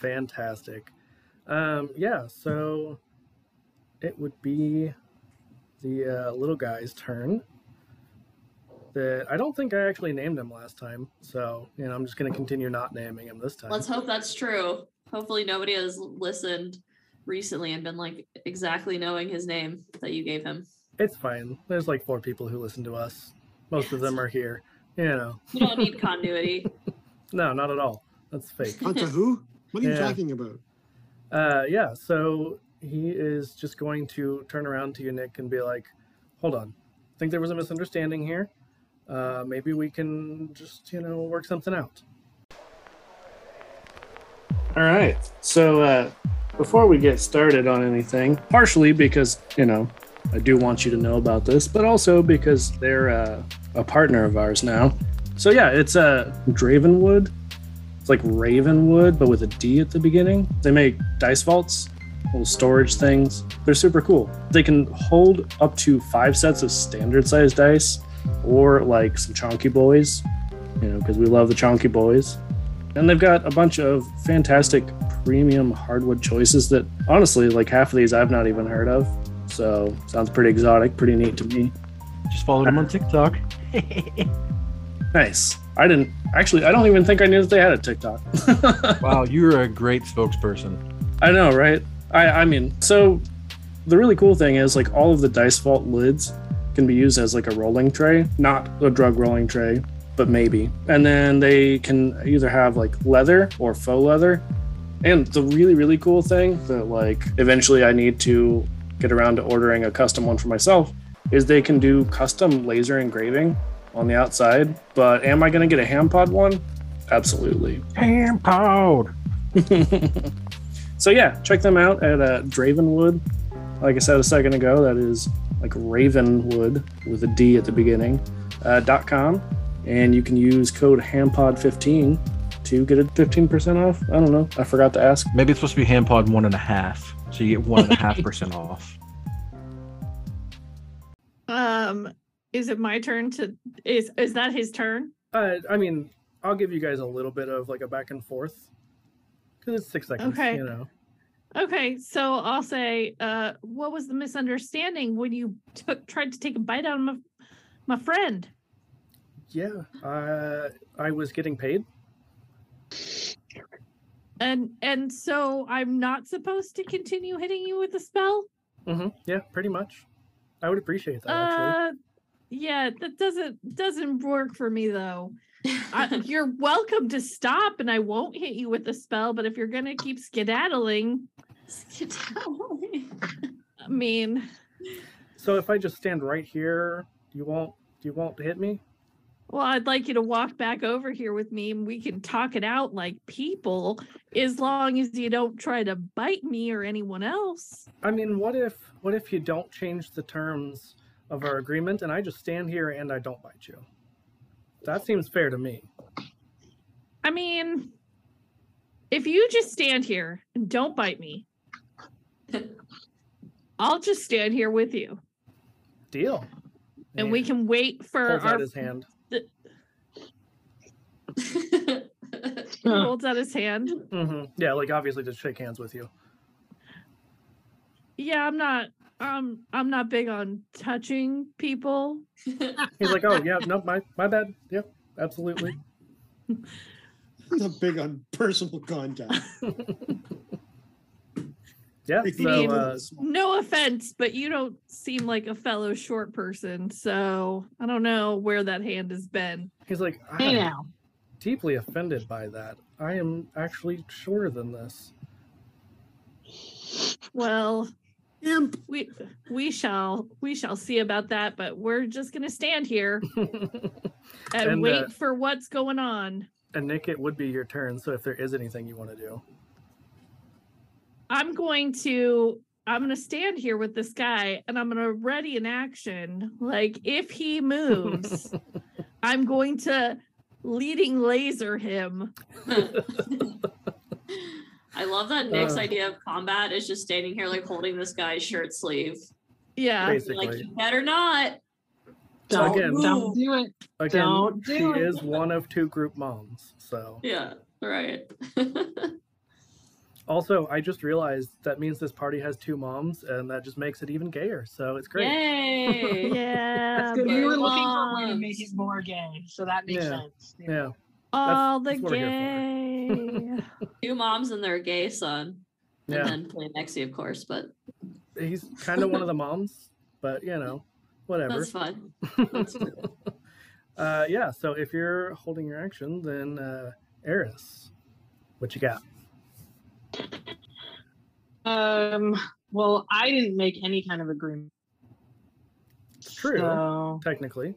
S1: fantastic! Um, yeah, so it would be the uh, little guy's turn. That I don't think I actually named him last time, so you know I'm just going to continue not naming him this time.
S5: Let's hope that's true. Hopefully, nobody has listened recently and been like exactly knowing his name that you gave him.
S1: It's fine. There's like four people who listen to us. Most of them are here. You know,
S5: You don't need continuity.
S1: no, not at all. That's fake.
S8: Onto who? What are you
S1: Yeah.
S8: talking about?
S1: Uh, yeah, so he is just going to turn around to you, Nick, and be like, hold on. I think there was a misunderstanding here. Uh, maybe we can just, you know, work something out.
S4: All right. So uh, before we get started on anything, partially because you know I do want you to know about this, but also because they're uh, a partner of ours now. So yeah, it's uh, Dravenwood. It's like Ravenwood, but with a D at the beginning. They make dice vaults, little storage things. They're super cool. They can hold up to five sets of standard-sized dice, or like some chunky boys. You know, because we love the chunky boys. And they've got a bunch of fantastic premium hardwood choices that honestly, like half of these I've not even heard of. So sounds pretty exotic, pretty neat to me.
S1: uh,
S9: Just followed him on TikTok.
S4: Nice. I didn't actually I don't even think I knew that they had a TikTok.
S9: wow, you're a great spokesperson.
S4: I know, right? I I mean, so the really cool thing is like all of the dice vault lids can be used as like a rolling tray, not a drug rolling tray, but maybe. And then they can either have like leather or faux leather. And the really really cool thing that like eventually I need to get around to ordering a custom one for myself is they can do custom laser engraving on the outside. But am I going to get a ham pod one? Absolutely.
S9: Ham powder.
S4: so yeah, check them out at uh, Dravenwood. Like I said a second ago, that is like Ravenwood with a D at the beginning. Uh, dot com, and you can use code hampod15 to get it 15% off. I don't know. I forgot to ask.
S9: Maybe it's supposed to be ham pod one and a half, so you get one and a half percent off.
S7: Um, is it my turn to is is that his turn?
S1: Uh, I mean, I'll give you guys a little bit of like a back and forth because it's six seconds.
S7: Okay.
S1: You know.
S7: Okay, so I'll say, uh, what was the misunderstanding when you took tried to take a bite out of my, my friend?
S1: Yeah. Uh, I was getting paid.
S7: And and so I'm not supposed to continue hitting you with the spell?
S1: Mm-hmm. Yeah, pretty much. I would appreciate that actually.
S7: Uh yeah, that doesn't doesn't work for me though. I, you're welcome to stop and I won't hit you with the spell, but if you're gonna keep skedaddling, I mean
S1: So if I just stand right here, you won't you won't hit me.
S7: Well, I'd like you to walk back over here with me and we can talk it out like people as long as you don't try to bite me or anyone else.
S1: I mean, what if what if you don't change the terms of our agreement and I just stand here and I don't bite you? That seems fair to me.
S7: I mean, if you just stand here and don't bite me, I'll just stand here with you
S1: Deal.
S7: and we can wait for
S1: Holds
S7: our
S1: out his hand.
S7: he holds out his hand.
S1: hmm Yeah, like obviously to shake hands with you.
S7: Yeah, I'm not um I'm not big on touching people.
S1: He's like, oh yeah, no, my my bad. Yep, absolutely.
S8: Not big on personal contact.
S1: Yeah.
S8: If you
S1: So
S8: need-
S1: uh,
S7: No offense, but you don't seem like a fellow short person, so I don't know where that hand has been.
S1: he's like, I am
S6: Hey now.
S1: deeply offended by that. I am actually shorter than this.
S7: Well,
S8: Imp.
S7: we we shall we shall see about that but we're just gonna stand here and,
S1: And,
S7: wait
S1: uh,
S7: for what's going on
S1: and Nick, it would be your turn. So if there is anything you want to do,
S7: i'm going to i'm gonna stand here with this guy and i'm gonna ready an action like if he moves i'm going to leading laser him
S5: I love that Nick's
S1: Uh.
S5: idea of combat is just standing here like holding this guy's shirt sleeve.
S7: yeah
S1: basically.
S5: Like you better not.
S6: Don't,
S1: Again.
S6: don't do it.
S1: Again,
S6: Don't do
S1: she
S6: it.
S1: is one of two group moms. So
S5: Yeah, right.
S1: also, I just realized that means this party has two moms, and that just makes it even gayer. So it's great.
S5: Yay.
S7: yeah
S6: That's good. We
S5: but-
S6: were looking for a way to make
S5: Moms.
S6: it more gay, so that makes
S1: Yeah.
S6: sense.
S1: Yeah.
S7: all the
S1: that's what we're
S7: gay
S5: Two moms and their gay son. And
S1: Yeah.
S5: then play Nexi, of course, but
S1: He's kind of one of the moms, but you know, whatever.
S5: that's fun.
S1: uh, yeah. So if you're holding your action, then uh, Eris, what you got?
S6: Um. Well, I didn't make any kind of agreement.
S1: It's true,
S6: So,
S1: technically.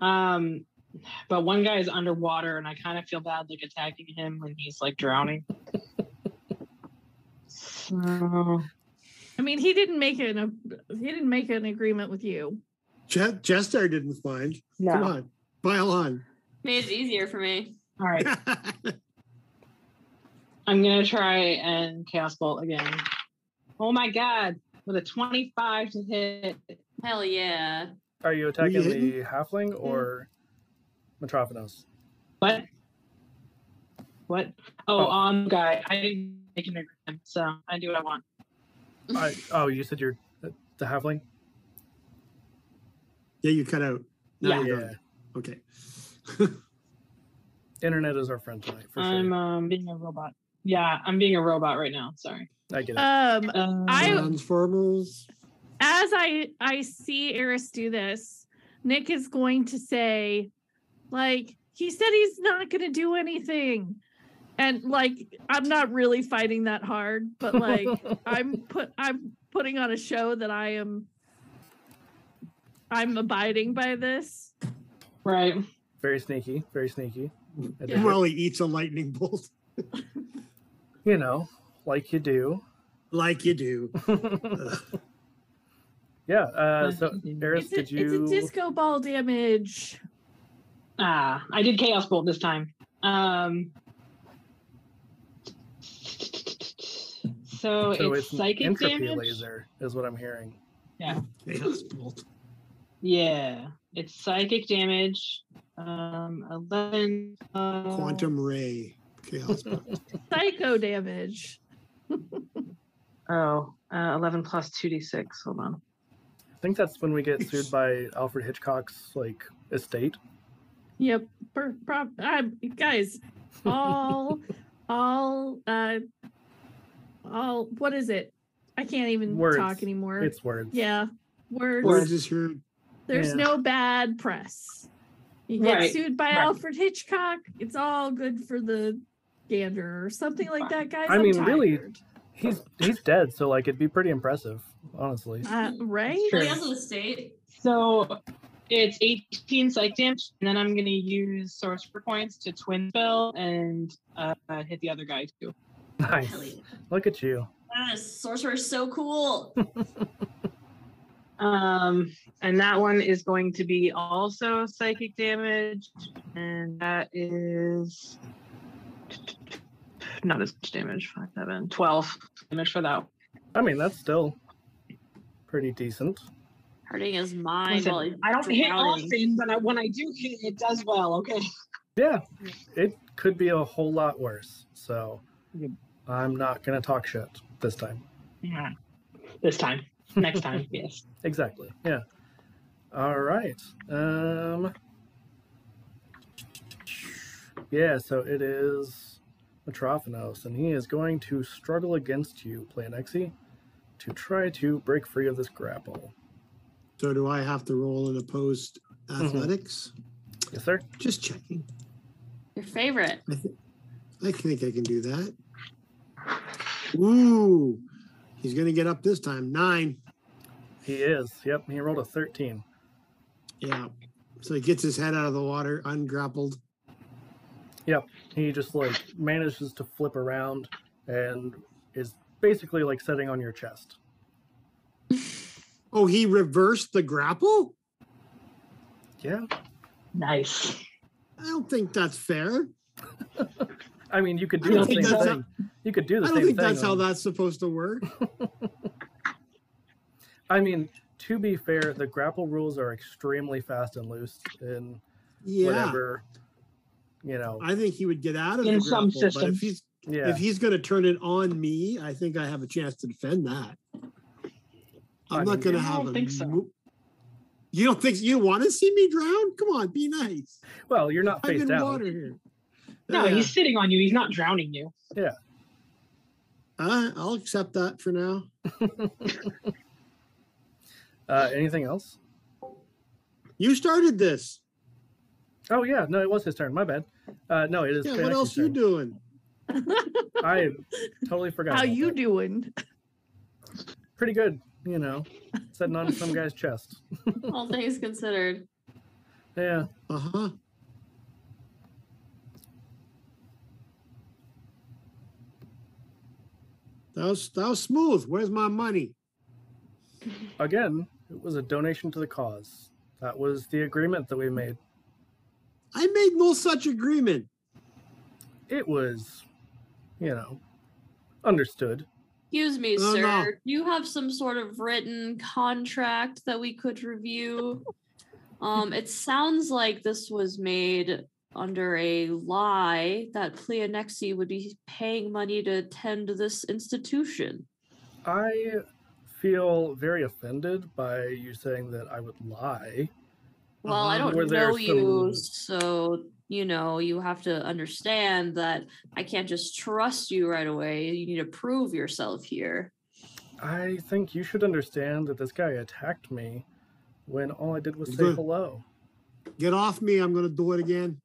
S6: um, but one guy is underwater, and I kind of feel bad like attacking him when he's like drowning. so,
S7: i mean he didn't make an he didn't make an agreement with you
S8: Je- Jester didn't mind. Come on, pile on.
S5: Made it easier for me.
S6: All right. I'm gonna try and chaos bolt again. Oh my god, with a 25 to hit.
S5: Hell yeah.
S1: Are you attacking the
S8: Yeah.
S1: halfling or Metrophinos?
S6: What? What? Oh,
S1: Oh.
S6: um, guy, I didn't make an agreement, so I do what I want.
S1: I, oh, you said you're the halfling.
S8: yeah, you cut out. No,
S6: Yeah.
S8: you're gone. Okay.
S1: Internet is our friend tonight for
S6: I'm
S1: sure.
S6: um being a robot. Yeah, I'm being a robot right now. Sorry.
S1: I get it.
S7: um I-
S8: Transformers.
S7: as I I see Eris do this, Nick is going to say, like, he said he's not gonna do anything. And like I'm not really fighting that hard, but like I'm put I'm putting on a show that I am I'm abiding by this.
S6: Right.
S1: Very sneaky. Very sneaky. I did it.
S8: While he eats a lightning bolt,
S1: You know, like you do.
S8: like you do.
S1: yeah. Uh, so, Eris,
S7: It's a,
S1: did you?
S7: it's a disco ball damage.
S6: Ah, I did Chaos Bolt this time. Um, so,
S1: so
S6: it's,
S1: it's, an
S6: psychic
S1: entropy
S6: damage.
S1: laser is what I'm hearing.
S8: Chaos bolt.
S6: Yeah, it's psychic damage. Um, eleven. Uh,
S8: Quantum ray. Chaos bolt.
S7: Psycho damage.
S6: Oh, uh, 11 plus 2d6. Hold on.
S1: I think that's when we get sued by Alfred Hitchcock's like estate.
S7: Yep. Per, prob, I'm, guys, all, all, uh, all, what is it? I can't even
S1: Words.
S7: talk anymore.
S1: It's words.
S7: yeah. Words.
S8: Words is her
S7: There's
S1: Yeah.
S7: no bad press. You get
S6: Right,
S7: sued by
S6: right.
S7: Alfred Hitchcock. It's all good for the gander or something like that, guys.
S1: I
S7: I'm
S1: mean, really,
S7: tired.
S1: He's he's dead, so like it'd be pretty impressive, honestly.
S7: Uh, right?
S6: Sure.
S5: He has an estate.
S6: So it's 18 psych damage, and then I'm going to use sorcerer points to twin spell and uh, hit the other guy too.
S5: Hell
S1: Nice.
S5: yeah.
S1: Look at you.
S5: Yes, sorcerer's so cool.
S6: Um, and that one is going to be also psychic damage, and that is not as much damage. Five, seven, 12 damage for that.
S1: I mean, that's still pretty decent.
S5: Hurting his mind
S6: Listen,
S5: while he's
S6: I don't hit
S5: drowning.
S6: often, but I, when I do hit, it does well. Okay.
S1: Yeah, it could be a whole lot worse. So
S6: Yep.
S1: I'm not gonna talk shit this time.
S6: Yeah. This time. Next time. yes.
S1: Exactly. Yeah. All right. Um. Yeah. So it is Metrophanos, and he is going to struggle against you, E. Planexi, to try to break free of this grapple.
S8: So do I have to roll an opposed
S6: Mm-hmm.
S8: athletics?
S1: Yes, sir.
S8: Just checking.
S5: Your favorite.
S8: I think I can do that. Ooh, he's gonna get up this time. Nine.
S1: He is. Yep. He rolled a thirteen.
S8: Yeah. So he gets his head out of the water, ungrappled.
S1: He just like manages to flip around and is basically like sitting on your chest.
S8: Oh, he reversed the grapple?
S1: Yeah.
S6: Nice.
S8: I don't think that's fair.
S1: I mean, you could
S8: I
S1: do the
S8: don't think
S1: same
S8: that's
S1: thing. You could do the
S8: I
S1: same
S8: don't
S1: thing. um,
S8: think that's how
S1: on-
S8: that's supposed to work.
S1: I mean, to be fair, the grapple rules are extremely fast and loose in
S8: Yeah.
S1: whatever, you know.
S8: I think he would get out of
S6: In
S8: the
S6: some
S8: grapple, but
S6: systems.
S8: if he's
S1: yeah.
S8: if he's gonna turn it on me, I think I have a chance to defend that. I'm
S1: I
S8: not
S1: mean,
S8: gonna
S6: I
S8: have
S6: don't
S8: a
S6: think so.
S8: mo- You don't think you want to see me drown? Come on, be nice.
S1: Well, you're not
S8: I'm
S1: face
S8: in
S1: down.
S8: water here.
S6: No,
S8: Yeah.
S6: he's sitting on you. He's not drowning you.
S8: Uh, I'll accept that for now.
S1: Uh, anything else?
S8: You started this.
S1: Oh yeah, no, it was his turn. My bad. Uh, no, it is.
S8: Yeah,
S1: Panax's
S8: what else you
S1: turn.
S8: doing?
S1: I totally forgot.
S7: How
S1: about
S7: you
S1: that.
S7: doing?
S1: Pretty good, you know, sitting on some guy's chest.
S5: All things considered.
S1: Yeah.
S8: Uh huh. That was that was smooth. Where's my money?
S1: Again, it was a donation to the cause. That was the agreement that we made.
S8: I made no such agreement.
S1: It was, you know, understood.
S5: Excuse me,
S6: Oh,
S8: No,
S5: sir.
S8: no.
S5: Do you have some sort of written contract that we could review? Um, it sounds like this was made under a lie that Pleonexi would be paying money to attend this institution.
S1: I feel very offended by you saying that I would lie.
S5: Well, I
S8: Uh-huh.
S5: don't
S1: Were there
S5: know you,
S1: some-
S5: so you know, you have to understand that I can't just trust you right away. You need to prove yourself here.
S1: I think you should understand that this guy attacked me when all I did was say
S8: Good.
S1: hello.
S8: Get off me. I'm gonna do it again.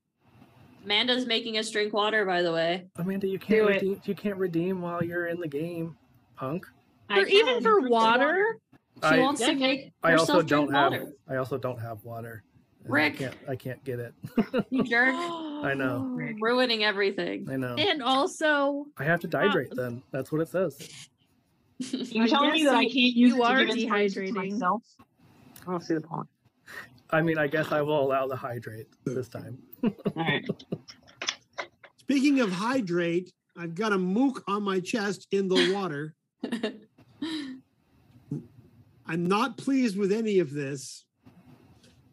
S5: Amanda's making us drink water, by the way.
S1: Amanda, you can't
S6: Do it.
S1: redeem, you can't redeem while you're in the game, punk.
S7: For, even for water,
S5: She
S1: I-
S5: wants to
S6: Yeah.
S5: make
S1: I
S5: herself
S1: also
S5: drink
S1: don't
S5: water.
S1: have. I also don't have water. And
S5: Rick.
S1: I can't, I can't get it.
S5: You jerk.
S7: I
S1: know.
S5: Ruining everything.
S1: I know.
S7: And also,
S1: I have to dehydrate then. That's what it says.
S6: You
S7: I
S6: telling me
S7: guess
S6: that I
S7: you-
S6: can't use
S7: you
S6: it to
S7: are
S6: give inspiration to
S7: dehydrating.
S6: myself? I don't see the point.
S1: I mean, I guess I will allow the hydrate this time.
S6: All right.
S8: Speaking of hydrate, I've got a mook on my chest in the water. I'm not pleased with any of this.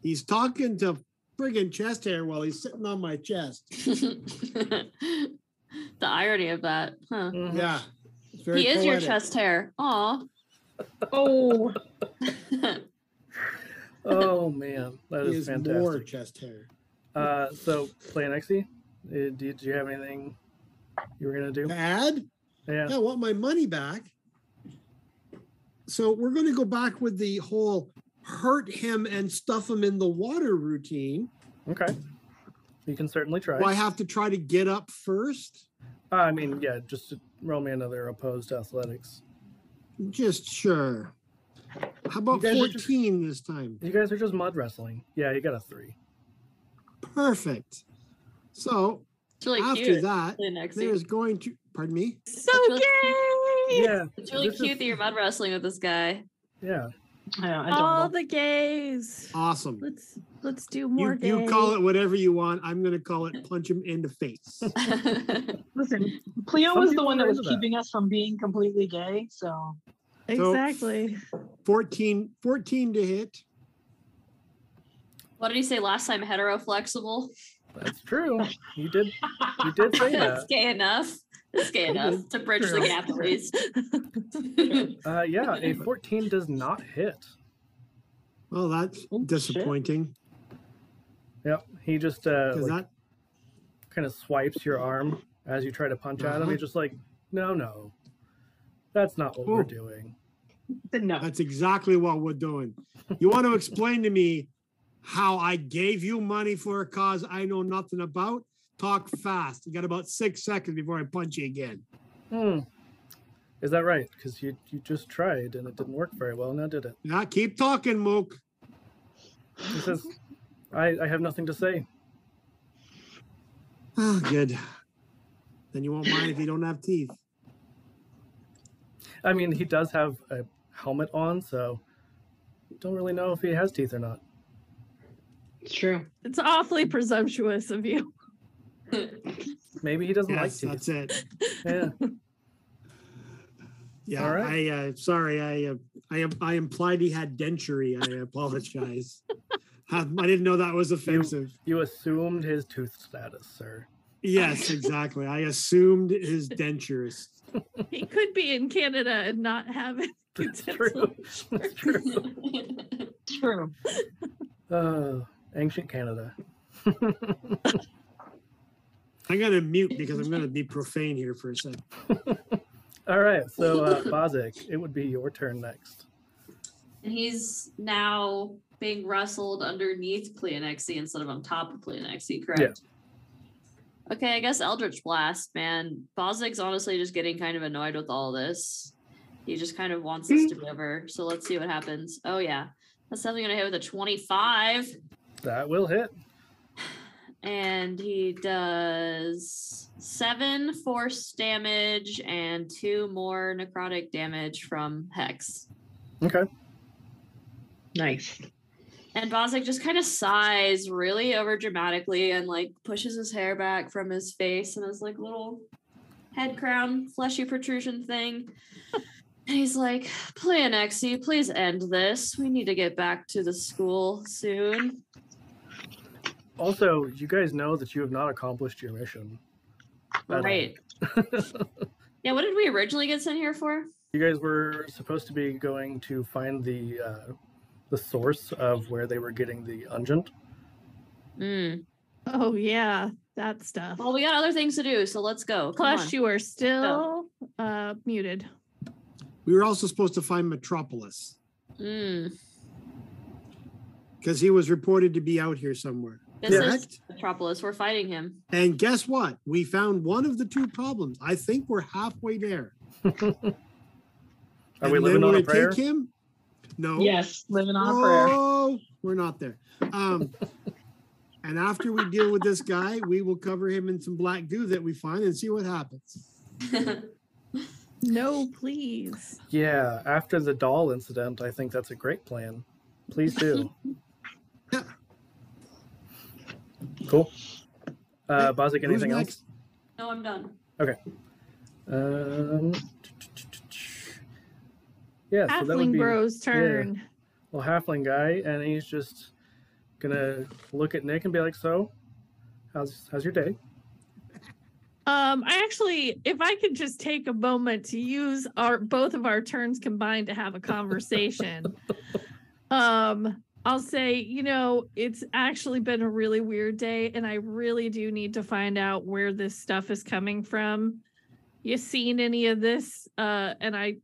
S8: He's talking to friggin' chest hair while he's sitting on my chest.
S5: the irony of that, huh?
S8: Yeah. it's very
S5: He is your
S8: poetic.
S5: chest hair. Aw.
S6: Oh,
S1: Oh man, that
S8: He
S1: is
S8: is more
S1: fantastic.
S8: chest hair.
S1: Uh, so, Planexi, uh, did you have anything you were gonna do?
S8: Bad?
S1: Yeah.
S8: I want my money back. So we're going to go back with the whole hurt him and stuff him in the water routine.
S1: Okay. You can certainly try. Uh,
S8: Do I have to try to get up first?
S1: I mean, yeah, just roll me another opposed athletics.
S8: Just sure. How about
S1: guys are just-
S8: 14 this time?
S1: You guys are just mud wrestling. Yeah, you got a three.
S8: Perfect. So
S5: It's really
S8: after
S5: cute.
S8: that,
S5: Planexi.
S8: there's going to, pardon me,
S7: so
S5: That's really-
S7: gay.
S1: Yeah,
S5: It's really
S1: this
S5: cute
S1: is-
S5: that you're mud wrestling with this guy.
S1: yeah.
S6: I don't, I don't
S7: All
S6: know.
S7: the gays.
S8: awesome.
S7: Let's let's do more
S8: You,
S7: gays.
S8: you call it whatever you want. I'm going to call it punch him in the face.
S6: Listen, Cleo
S1: Some
S6: was the
S1: people
S6: one that
S1: are
S6: was
S1: into that.
S6: keeping us from being completely gay, so
S8: So-
S7: exactly.
S8: 14, 14 to hit.
S5: what did he say last time? Heteroflexible.
S1: That's true. You did. You did say
S5: That's
S1: that.
S5: gay enough. That's gay enough to bridge the
S7: True.
S5: gap at least.
S1: Uh, yeah, a fourteen does not hit.
S8: Well, that's
S6: Oh, shit.
S8: disappointing
S1: Yep. He just uh,
S8: because
S1: like,
S8: that
S1: kind of swipes your arm as you try to punch at him.
S8: Uh-huh.
S1: He's just like, no, no, that's not what we're
S8: Oh.
S1: doing.
S6: then no.
S8: That's exactly what we're doing. You want to explain to me how I gave you money for a cause I know nothing about? Talk fast. You got about six seconds before I punch you again.
S1: Hmm. Is that right? Because you you just tried and it didn't work very well. Now did it?
S8: Now keep talking, Mook.
S1: He says, I, I have nothing to say.
S8: Oh, good. Then you won't mind if you don't have teeth.
S1: I mean, he does have a helmet on, so don't really know if he has teeth or not.
S6: It's true.
S7: It's awfully presumptuous of you.
S1: Maybe he doesn't
S8: Yes,
S1: like
S8: that's
S1: teeth.
S8: it.
S1: Yeah.
S8: Yeah,
S1: All right.
S8: I uh, sorry. I uh, I I implied he had dentury. I apologize. I didn't know that was offensive.
S1: You assumed his tooth status, sir.
S8: Yes, exactly. I assumed his denturous.
S7: He could be in Canada and not have it.
S1: That's true. That's true.
S6: True.
S1: Uh, ancient Canada.
S8: I'm gonna mute because I'm gonna be profane here for a second.
S1: All right, so uh, Bozic, it would be your turn next.
S5: And he's now being wrestled underneath Pleonexi E instead of on top of Pleonexi, E, correct? Okay, I guess Eldritch Blast, man. Bozic's honestly just getting kind of annoyed with all this. He just kind of wants this to be over. So let's see what happens. Oh yeah. That's definitely gonna hit with a 25.
S1: That will hit.
S5: And he does seven force damage and two more necrotic damage from Hex.
S1: Okay.
S6: Nice.
S5: And Bozak just kind of sighs really over dramatically and like pushes his hair back from his face and his like little head crown, fleshy protrusion thing. And he's like, Planexi, please end this. We need to get back to the school soon.
S1: Also, you guys know that you have not accomplished your mission. But, uh,
S5: Right. yeah, what did we originally get sent here for?
S1: You guys were supposed to be going to find the uh, the source of where they were getting the ungent.
S5: Mm.
S7: Oh yeah, that stuff.
S5: Well, we got other things to do, so let's go. Come Oh, on.
S7: Plus, you are still uh, muted.
S8: We were also supposed to find Metropolis
S5: Mm.
S8: because he was reported to be out here somewhere.
S5: This is
S8: correct?
S5: Metropolis. We're fighting him.
S8: And guess what? We found one of the two problems. I think we're halfway there.
S1: Are we
S8: And then
S1: living
S8: when
S1: on
S8: I
S1: a prayer?
S8: Take him,
S6: Oh.
S8: No.
S6: Yes, living on a prayer.
S8: Oh, we're not there. Um, and after we deal with this guy, we will cover him in some black goo that we find and see what happens.
S7: No,
S1: Uh,
S7: please.
S1: Yeah, after the doll incident, I think that's a great plan. Please do.
S8: Yeah.
S1: Cool. Uh, Bozic,
S8: Who's
S1: anything else?
S8: next?
S5: no, I'm done.
S1: Um, yeah, so that would
S7: Halfling
S1: be
S7: Bro's turn.
S1: well, halfling guy, and he's just gonna look at Nick and be like, "So, how's how's your day?"
S7: Um, I actually, if I could just take a moment to use our both of our turns combined to have a conversation, um, I'll say, you know, it's actually been a really weird day, and I really do need to find out where this stuff is coming from. You seen any of this? Uh, and I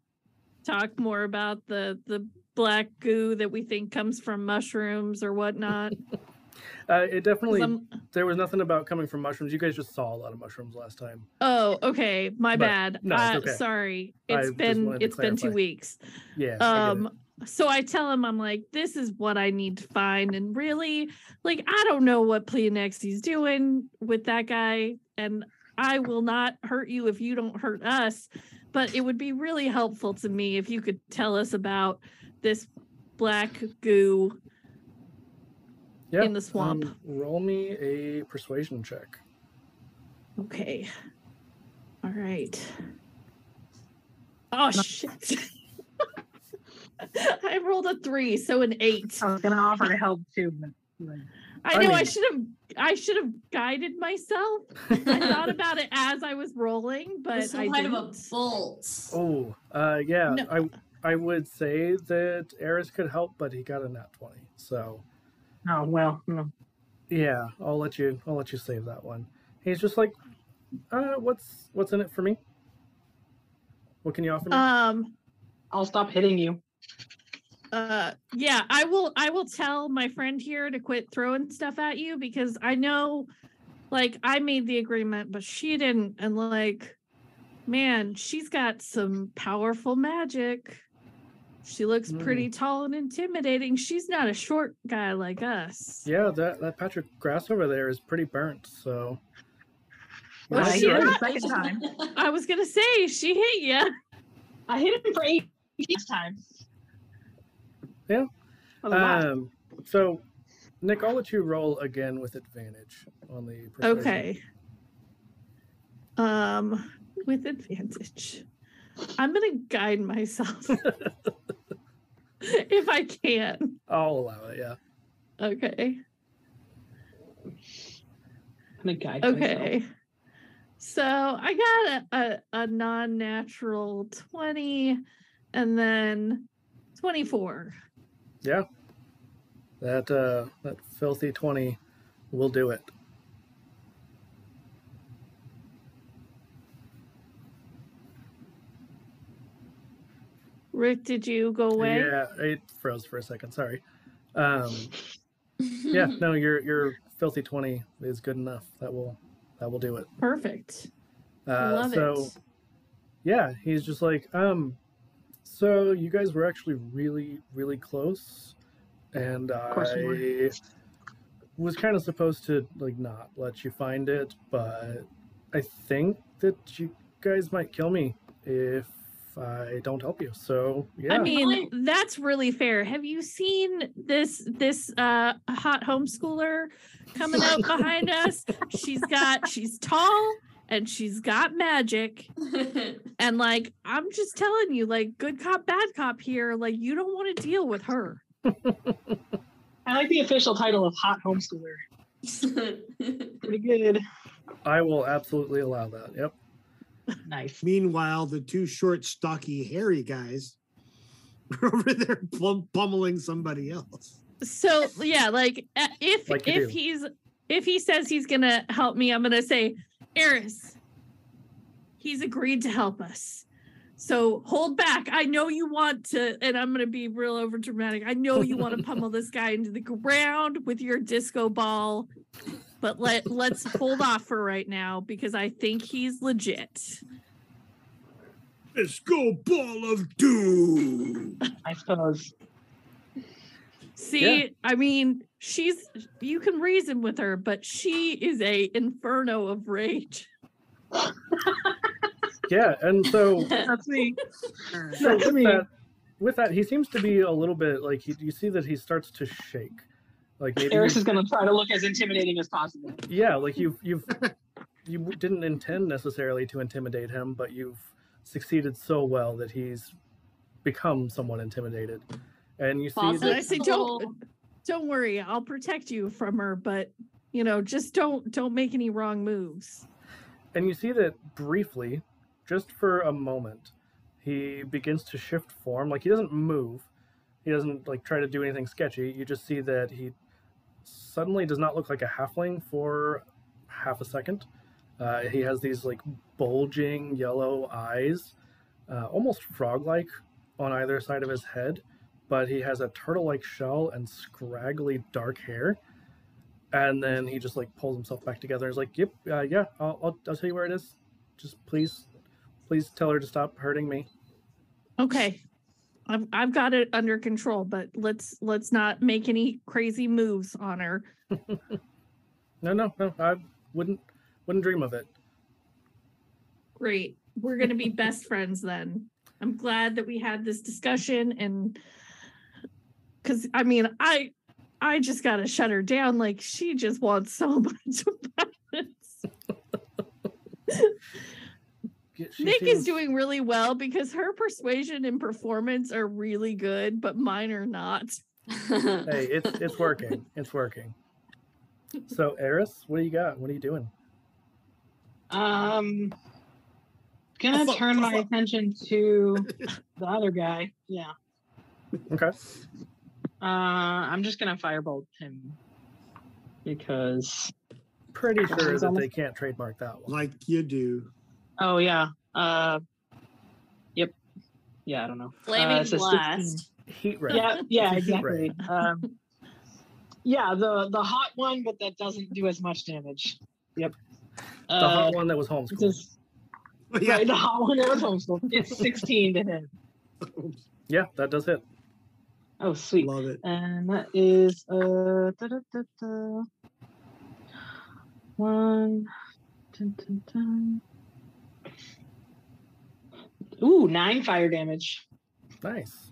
S7: talk more about the the black goo that we think comes from mushrooms or whatnot. 'Cause
S1: Uh, it definitely
S7: I'm-
S1: there was nothing about coming from mushrooms. You guys just saw a lot of mushrooms last time.
S7: Oh, okay. My
S1: But-
S7: bad.
S1: no,
S7: uh,
S1: it's okay.
S7: Sorry.
S1: I
S7: It's
S1: just
S7: been
S1: wanted to
S7: it's been two
S1: clarify.
S7: weeks.
S1: Yeah. I get it.
S7: Um so I tell him I'm like, this is what I need to find. And really, like, I don't know what Pleonexi's doing with that guy. And I will not hurt you if you don't hurt us. But it would be really helpful to me if you could tell us about this black goo
S1: Yeah,
S7: in the swamp.
S1: um, roll me a persuasion check.
S7: Okay. All right. Oh shit. I rolled a three, so an eight.
S6: I was gonna offer to help too, but like,
S7: I
S1: Oh, I
S7: know I
S1: mean-
S7: should have I should have guided myself. I thought about it as I was rolling, but
S5: It's
S7: I
S5: some kind of a
S7: didn't.
S5: bolt.
S1: Oh, uh, yeah.
S7: No.
S1: I I would say that Eris could help, but he got a nat twenty. So
S6: oh well. No.
S1: yeah, I'll let you. I'll let you save that one. He's just like, uh, what's what's in it for me? What can you offer me?
S7: um
S6: I'll stop hitting you.
S7: uh yeah i will i will tell my friend here to quit throwing stuff at you because i know like i made the agreement but she didn't and like man she's got some powerful magic she looks
S1: Mm.
S7: pretty tall and intimidating she's not a short guy like us
S1: yeah, that that patch of grass over there is pretty burnt. So
S7: Well,
S6: I
S7: she
S6: hit him
S7: not-
S6: the second time.
S7: i was gonna say she hit you
S6: I hit him for eight last time.
S1: Yeah.
S6: A lot.
S1: um, so Nick, I'll let you roll again with advantage on the persuasion.
S7: okay um with advantage i'm gonna guide myself if i can
S1: I'll allow it. Yeah.
S7: Okay.
S6: I'm gonna guide myself.
S7: Okay. So I got a, a, a non natural 20 and then 24.
S1: That uh, that filthy twenty will do it.
S7: Rick, did you go away?
S1: Yeah, it froze for a second. Sorry. Um, yeah, no, your your filthy twenty is good enough. That will that will do it.
S7: Perfect.
S1: Uh,
S7: Love
S1: so
S7: it.
S1: yeah, he's just like, um, so you guys were actually really really close, and
S6: course we
S1: I was kind of supposed to like not let you find it, but I think that you guys might kill me if I don't help you. So yeah.
S7: I mean, that's really fair. Have you seen this this uh hot homeschooler coming out behind us? She's got she's tall and she's got magic. And like I'm just telling you, like good cop, bad cop here, like you don't want to deal with her.
S6: I like the official title of hot homeschooler. Pretty good.
S1: I will absolutely allow that. Yep.
S6: Nice.
S8: Meanwhile, the two short, stocky, hairy guys are over there plum- pummeling somebody else.
S7: so yeah like uh, if
S1: Like you
S7: if
S1: do.
S7: he's if he says he's gonna help me i'm gonna say eris he's agreed to help us so hold back i know you want to and i'm gonna be real over dramatic i know you want to pummel this guy into the ground with your disco ball but let let's hold off for right now because i think he's legit
S8: Let's go, ball of doom.
S6: I suppose.
S7: See, I mean, she's you can reason with her, but she is a inferno of rage.
S1: Yeah, and so
S7: That's me.
S1: so with that, with that, he seems to be a little bit like he, you see that he starts to shake, like maybe
S6: Eris
S1: you-
S6: is going to try to look as intimidating as possible.
S1: yeah, like you've you've you didn't intend necessarily to intimidate him, but you've succeeded so well that he's become somewhat intimidated, and you see
S7: And I
S1: that
S7: say, don't don't worry, I'll protect you from her, but you know, just don't don't make any wrong moves.
S1: And you see that briefly, just for a moment, he begins to shift form. Like he doesn't move. He doesn't like try to do anything sketchy. You just see that he suddenly does not look like a halfling for half a second. Uh, he has these like bulging yellow eyes, uh, almost frog-like on either side of his head, but he has a turtle-like shell and scraggly dark hair and then he just like pulls himself back together and is like, "Yep, uh, yeah, I'll, I'll I'll tell you where it is. Just please, please tell her to stop hurting me."
S7: Okay. I've I've got it under control, but let's let's not make any crazy moves on her.
S1: No, no, no, I wouldn't wouldn't dream of it.
S7: Great. We're gonna be best friends then. I'm glad that we had this discussion and because I mean I I just gotta shut her down. Like she just wants so much violence.
S1: Get- she
S7: Nick is
S1: seems-
S7: doing really well because her persuasion and performance are really good, but mine are not.
S1: Hey, it's it's working. It's working. So, Eris, what do you got? What are you doing?
S6: Um, gonna
S8: Fuck,
S6: turn my
S8: fuck.
S6: attention to the other guy. Yeah.
S1: Okay.
S6: Uh, I'm just gonna firebolt him because.
S1: Pretty sure that they can't trademark that one.
S8: like you do.
S6: Oh yeah. Uh. Yep. Yeah, I don't know.
S5: Flaming
S6: Uh, it's a 16.
S5: blast.
S1: Heat ray.
S6: Yeah. Yeah.
S1: It's a heat ray.
S6: Exactly. Um, yeah, the the hot one, but that doesn't do as much damage. Yep.
S1: The
S6: Uh,
S1: hot one that was homeschooled.
S6: just-
S8: Oh, yeah.
S6: Right, the hot one that was homeschooled. It's 16 to hit.
S1: Yeah, that does hit.
S6: Oh, sweet.
S8: Love it.
S6: And that is uh da, da, da, da. one. Dun, dun, dun. Ooh, nine fire damage.
S1: Nice.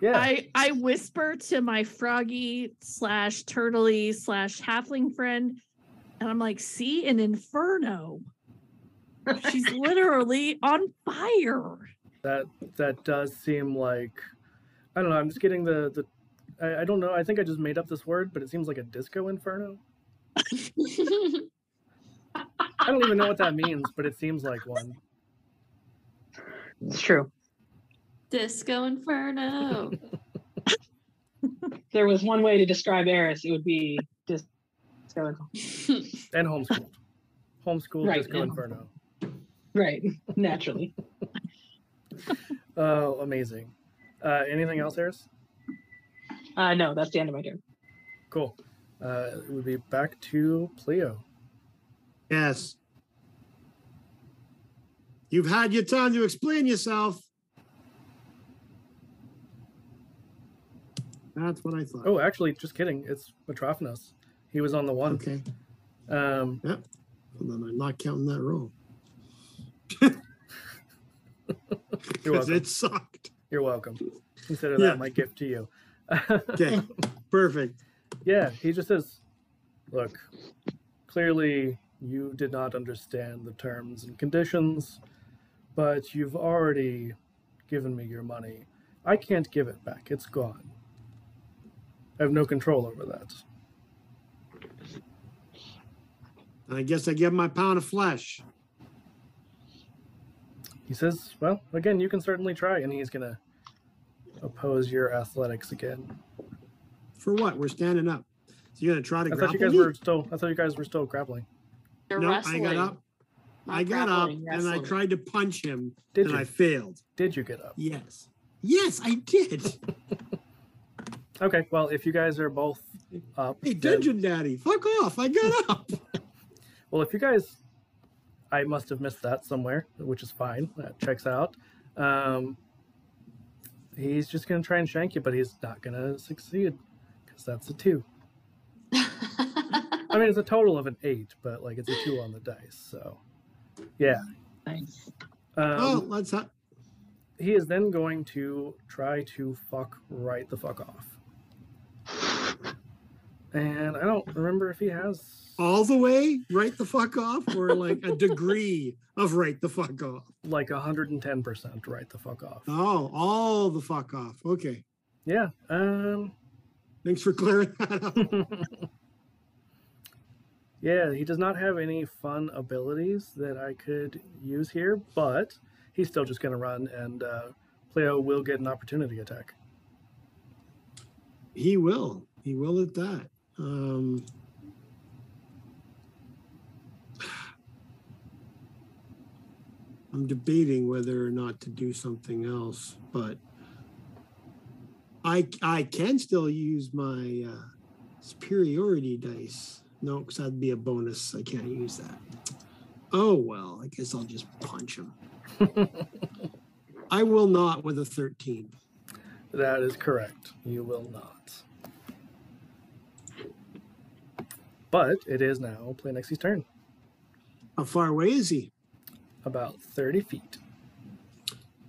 S1: Yeah.
S7: I I whisper to my froggy slash turtley slash halfling friend, and I'm like, "See an inferno? She's literally on fire."
S1: That that does seem like I don't know. I'm just getting the the I, I don't know. I think I just made up this word, but it seems like a disco inferno. I don't even know what that means, but it seems like one.
S6: It's true.
S5: Disco Inferno.
S6: If there was one way to describe Eris, it would be just
S1: And homeschooled, homeschooled
S6: Right,
S1: disco
S6: and
S1: inferno.
S6: right naturally.
S1: Oh, amazing. Uh, anything else, Harris?
S6: Uh, no, that's the end of my turn.
S1: Cool. Uh, it would be back to Pleo.
S8: Yes. You've had your time to explain yourself. That's what I thought.
S1: Oh, actually, just kidding. It's Metrophonus. He was on the one.
S8: Okay.
S1: Um,
S8: Hold on, I'm not counting that roll.
S1: you're
S8: Because
S1: welcome.
S8: it sucked.
S1: You're welcome. Consider
S8: Yeah.
S1: that my gift to you.
S8: Okay. Perfect.
S1: Yeah, he just says, "Look, clearly you did not understand the terms and conditions, but you've already given me your money. I can't give it back. It's gone. I have no control over that."
S8: I guess I give him my pound of flesh.
S1: He says, "Well, again, you can certainly try." And he's gonna oppose your athletics again.
S8: For what? We're standing up. So you're gonna try to
S1: I thought
S8: grapple
S1: you guys
S8: me?
S1: were still. I thought you guys were still grappling.
S5: You're
S8: No,
S5: wrestling.
S8: I got up.
S5: not
S8: I got up
S5: grappling,
S8: and I
S5: wrestling.
S8: tried to punch him
S1: Did
S8: and
S1: you?
S8: I failed.
S1: Did you get up?
S8: Yes. Yes, I did.
S1: Okay. Well, if you guys are both up,
S8: Hey,
S1: then-
S8: Dungeon Daddy, fuck off. I got up.
S1: Well, if you guys, I must have missed that somewhere, which is fine. That checks out. Um, He's just going to try and shank you, but he's not going to succeed because that's a two. I mean, it's a total of an eight, but like it's a two on the dice. So, yeah.
S6: Nice.
S1: Um,
S8: oh, let's ha-
S1: He is then going to try to fuck right the fuck off. And I don't remember if he has
S8: all the way right the fuck off, or like a degree of right the fuck off.
S1: like 110% right the fuck off.
S8: Oh, all the fuck off. Okay.
S1: Yeah. Um,
S8: Thanks for clearing that up.
S1: yeah, he does not have any fun abilities that I could use here, but he's still just going to run, and uh, Pleo will get an opportunity attack.
S8: He will. He will at that. Um, I'm debating whether or not to do something else, but I I can still use my uh, superiority dice. No, because that'd be a bonus. I can't use that. Oh well, I guess I'll just punch him. I will not with a 13.
S1: That is correct. You will not. But it is now Planexi's turn,
S8: How far away is he?
S1: about 30 feet.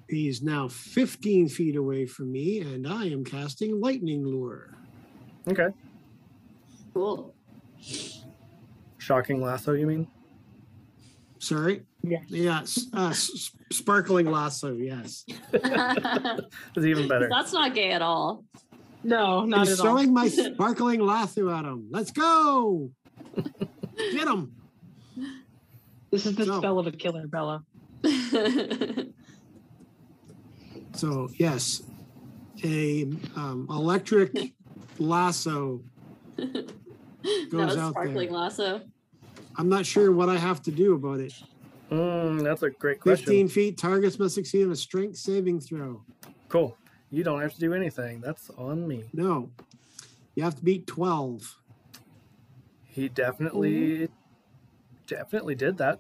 S8: He's now 15 feet away from me, and I am casting Lightning Lure.
S1: Okay.
S5: Cool.
S1: Shocking lasso, you mean?
S8: Sorry?
S6: Yes.
S8: Yes. Uh, s- sparkling Lasso, yes.
S5: That's
S1: It's even better.
S5: not gay at all.
S6: No, not at
S8: He's
S6: all.
S8: throwing my Sparkling Lasso at him. Let's go! Get him!
S6: This is the
S8: No.
S6: spell of a killer, Bella.
S8: So, yes, a um, electric lasso.
S5: that
S8: Goes
S5: was
S8: out
S5: sparkling
S8: there.
S5: lasso.
S8: I'm not sure what I have to do about it.
S1: Mm, that's a great
S8: 15
S1: question.
S8: feet, targets must succeed on a strength saving throw.
S1: Cool. You don't have to do anything. That's on me.
S8: No, you have to beat 12.
S1: He definitely, definitely did that.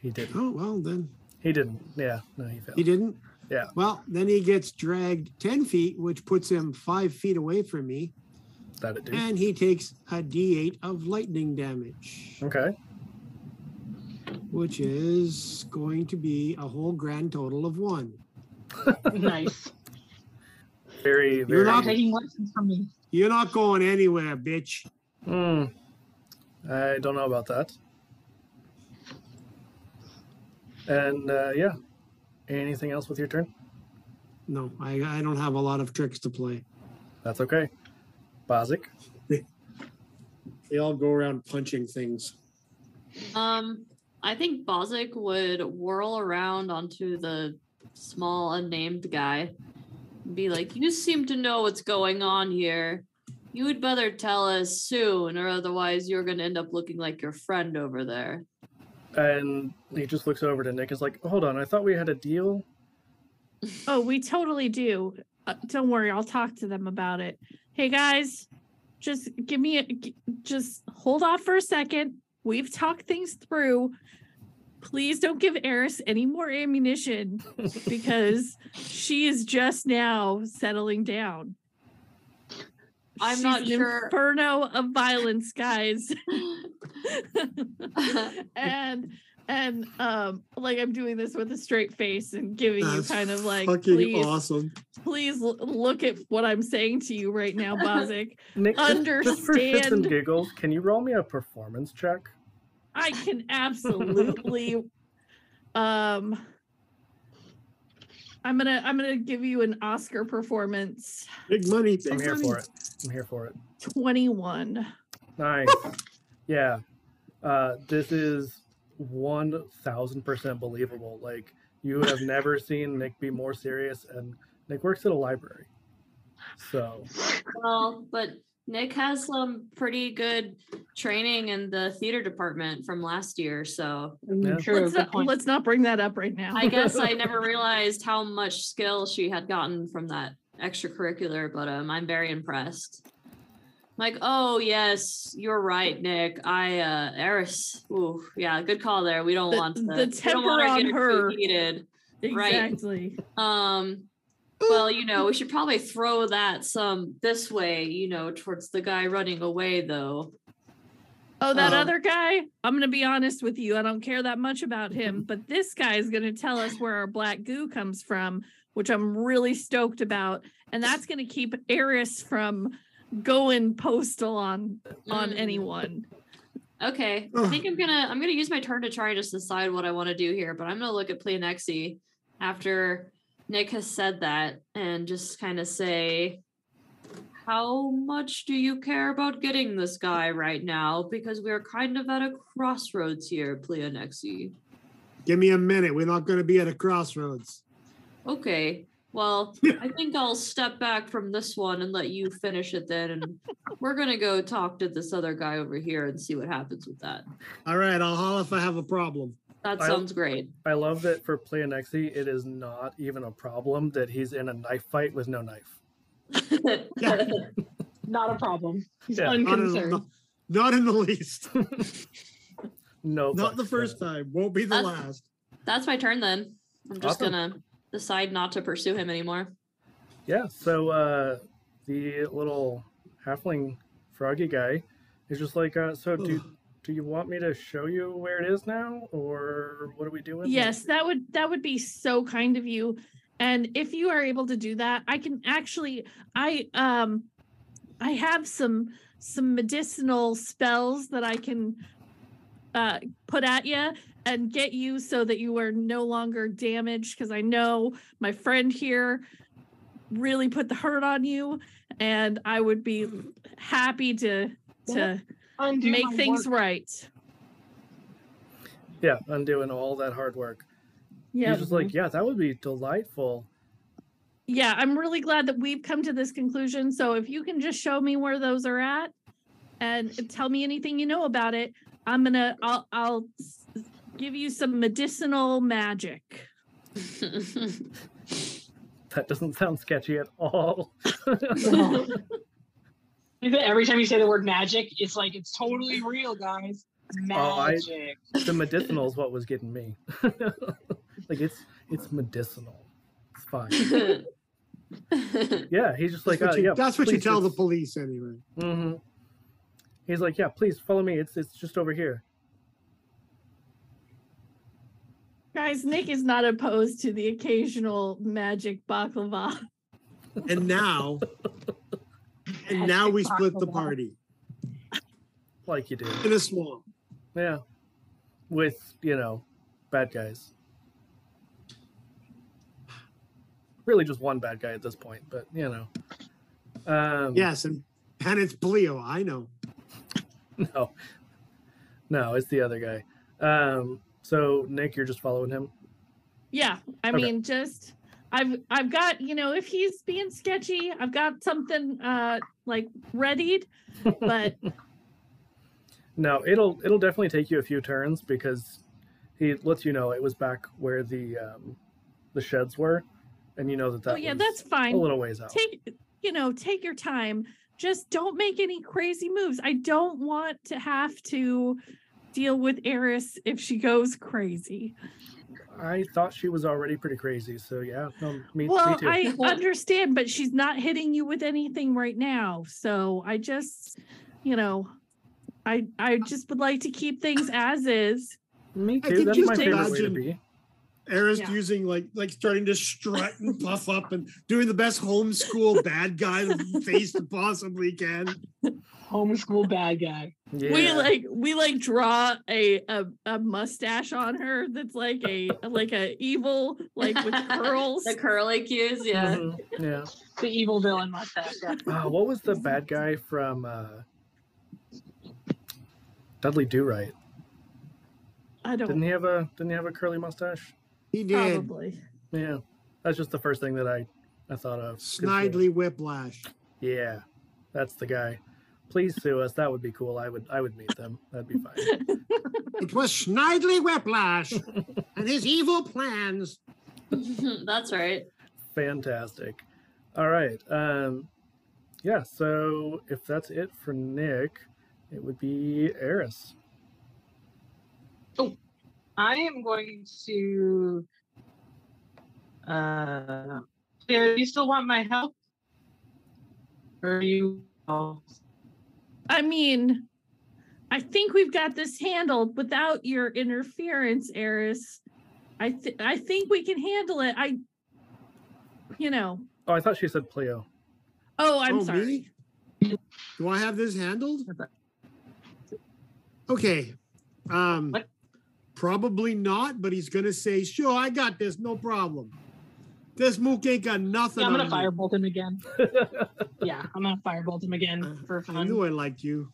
S1: He didn't.
S8: Oh, well, then
S1: He didn't. Yeah. No, he failed.
S8: He didn't?
S1: Yeah.
S8: Well, then he gets dragged 10 feet, which puts him five feet away from me,
S1: That it did.
S8: and he takes a d8 of lightning damage,
S1: Okay.
S8: which is going to be a whole grand total of one.
S6: nice.
S1: Very,
S8: You're
S1: very.
S6: You're
S8: not-
S6: taking lessons from me.
S8: You're not going anywhere, bitch.
S1: Mm, I don't know about that. And uh, yeah. Anything else with your turn?
S8: No, I, I don't have a lot of tricks to play.
S1: That's okay. Bozic.
S8: They all go around punching things.
S5: Um, I think Bozic would whirl around onto the small unnamed guy and be like, You seem to know what's going on here. You would better tell us soon, or otherwise you're gonna end up looking like your friend over there.
S1: And he just looks over to Nick. Is like, hold on. I thought we had a deal.
S7: Oh, we totally do. Uh, don't worry, I'll talk to them about it. Hey guys, just give me a g- just hold off for a second. We've talked things through. Please don't give Eris any more ammunition because she is just now settling down.
S5: I'm
S7: She's
S5: not
S7: an
S5: sure-
S7: Inferno of violence, guys. and and um like I'm doing this with a straight face and giving
S8: That's
S7: you kind of like
S8: fucking
S7: please
S8: awesome.
S7: please l- look at what I'm saying to you right now, Bozic.
S1: Nick,
S6: Uh,
S1: just- just for shits and
S7: Understand.
S1: giggles, can you roll me a performance check?
S7: I can absolutely um I'm gonna I'm gonna give you an Oscar performance
S8: Big money.
S1: I'm
S8: Big
S1: here
S8: money.
S1: for it. I'm here for it.
S7: 21.
S1: Nice. yeah. Uh, this is 1000% believable. Like, you have never seen Nick be more serious, and Nick works at a library. So,
S5: well, but Nick has some pretty good training in the theater department from last year, so
S1: Yeah.
S6: True.
S7: let's,
S6: good
S7: not,
S6: point.
S7: let's not bring that up right now.
S5: I guess I never realized how much skill she had gotten from that extracurricular, but um, I'm very impressed. Like, oh yes, you're right, Nick. I uh Eris. Ooh, yeah, good call there. We don't
S7: The-
S5: want
S7: the
S5: we don't
S7: temper
S5: want
S7: on
S5: to get
S7: her.
S5: too heated. right.
S7: exactly.
S5: Um Well, you know, we should probably throw that some this way, you know, towards the guy running away, though.
S7: Oh, that
S5: Um,
S7: other guy? I'm going to be honest with you. I don't care that much about
S5: Mm-hmm.
S7: him, but this guy is going to tell us where our black goo comes from, which I'm really stoked about. And that's going to keep Eris from going postal on on
S5: Mm.
S7: anyone.
S5: Okay, I think I'm gonna I'm gonna use my turn to try and just decide what I want to do here, but I'm gonna look at Pleonexi after Nick has said that and just kind of say, "How much do you care about getting this guy right now? Because we're kind of at a crossroads here, Pleonexi."
S8: Give me a minute. We're not going to be at a crossroads.
S5: Okay. Well, I think I'll step back from this one and let you finish it then. And we're going to go talk to this other guy over here and see what happens with that.
S8: All right, I'll holler if I have a problem.
S5: That
S1: I-
S5: sounds great.
S1: I love that for Pleonexi, it is not even a problem that he's in a knife fight with no knife.
S6: Not a problem. He's
S1: Yeah.
S8: Not in,
S6: unconcerned.
S8: the, not in the least.
S1: No,
S8: Not
S1: fucks
S8: the first
S1: given.
S8: time. Won't be the
S5: That's-
S8: last.
S5: That's my turn then. I'm just
S1: Awesome.
S5: going to decide not to pursue him anymore.
S1: Yeah, so uh, the little halfling froggy guy is just like, uh, so do, do you want me to show you where it is now, or what are we doing?
S7: Yes, that would that would be so kind of you. And if you are able to do that, I can actually I um I have some some medicinal spells that I can uh put at you and get you so that you are no longer damaged because I know my friend here really put the hurt on you and I would be happy to to
S6: Undo
S7: make
S6: my
S7: things
S6: work.
S7: right.
S1: Yeah, undoing all that hard work.
S7: Yeah.
S1: He's just like, yeah, that would be delightful.
S7: yeah, I'm really glad that we've come to this conclusion. So if you can just show me where those are at and tell me anything you know about it, I'm gonna I'll I'll s- give you some medicinal magic.
S1: That doesn't sound sketchy at all.
S6: Is it Every time you say the word magic, it's like it's totally real, guys.
S1: I-
S6: Magic.
S1: the medicinal is what was getting me. like it's it's medicinal. It's fine. Yeah, he's just like, "Uh,
S8: that's what, you,
S1: yeah,
S8: that's what you
S1: please,
S8: tell the
S1: it's-
S8: police anyway.
S1: Mhm. He's like, yeah, please follow me. It's it's just over here.
S7: Guys, Nick is not opposed to the occasional magic baklava.
S8: And now, and now we split the party
S1: Like you do.
S8: in a swamp.
S1: Yeah. With, you know, bad guys. Really just one bad guy at this point, but you know. Um
S8: Yes, and and it's Pleo. I know.
S1: No. No, it's the other guy. Um so Nick, you're just following him.
S7: Yeah, I
S1: Okay.
S7: mean just I've I've got, you know, if he's being sketchy, I've got something uh like readied, but
S1: No, it'll it'll definitely take you a few turns because he lets you know it was back where the um, the sheds were, and you know that that
S7: oh yeah,
S1: was
S7: that's
S1: a
S7: fine.
S1: little ways out.
S7: take you know take your time just don't make any crazy moves i don't want to have to deal with eris if she goes crazy
S1: I thought she was already pretty crazy, so yeah, no, me, me
S7: well
S1: too.
S7: i understand but she's not hitting you with anything right now so i just you know i i just would like to keep things as is
S1: me
S8: I
S1: too.
S8: could
S1: That's
S8: just
S1: my favorite way to
S8: imagine-
S1: be.
S8: Era's
S7: Yeah.
S8: using like like starting to strut and puff up and doing the best homeschool bad guy face to possibly can.
S6: Homeschool bad guy.
S1: Yeah.
S7: we like we like draw a, a a mustache on her that's like a like a evil like with curls
S5: the curly cues, yeah.
S1: Mhm, yeah.
S6: The evil villain mustache. Yeah.
S1: Ah, what was the bad guy from uh, Dudley Do Right?
S7: i
S1: Didn't
S7: don't
S1: he have a Didn't he have a curly mustache?
S8: He did
S7: probably
S1: Yeah, that's just the first thing that I I thought of. 'cause, you know,
S8: Snidely Whiplash.
S1: Yeah, that's the guy. Please sue us. That would be cool. I would I would meet them. That'd be fine.
S8: It was Snidely Whiplash and his evil plans. Mm-hmm.
S5: That's right.
S1: Fantastic. All right. Um yeah, so if that's it for Nick, it would be Eris.
S6: I am going to. Uh, Do you still want my help? Or are you? oh,
S7: I mean, I think we've got this handled without your interference, Eris. I th- I think we can handle it. I, you know.
S4: Oh, I thought she said Pleo.
S7: Oh, I'm
S8: Oh,
S7: sorry.
S8: me? Do I have this handled? Okay. Um,
S6: What?
S8: probably not, but he's gonna say, "Sure, I got this, no problem." This mook ain't got nothing.
S6: Yeah, I'm gonna
S8: on me.
S6: firebolt him again. yeah, I'm gonna firebolt him again for
S8: I
S6: fun.
S8: knew I liked you.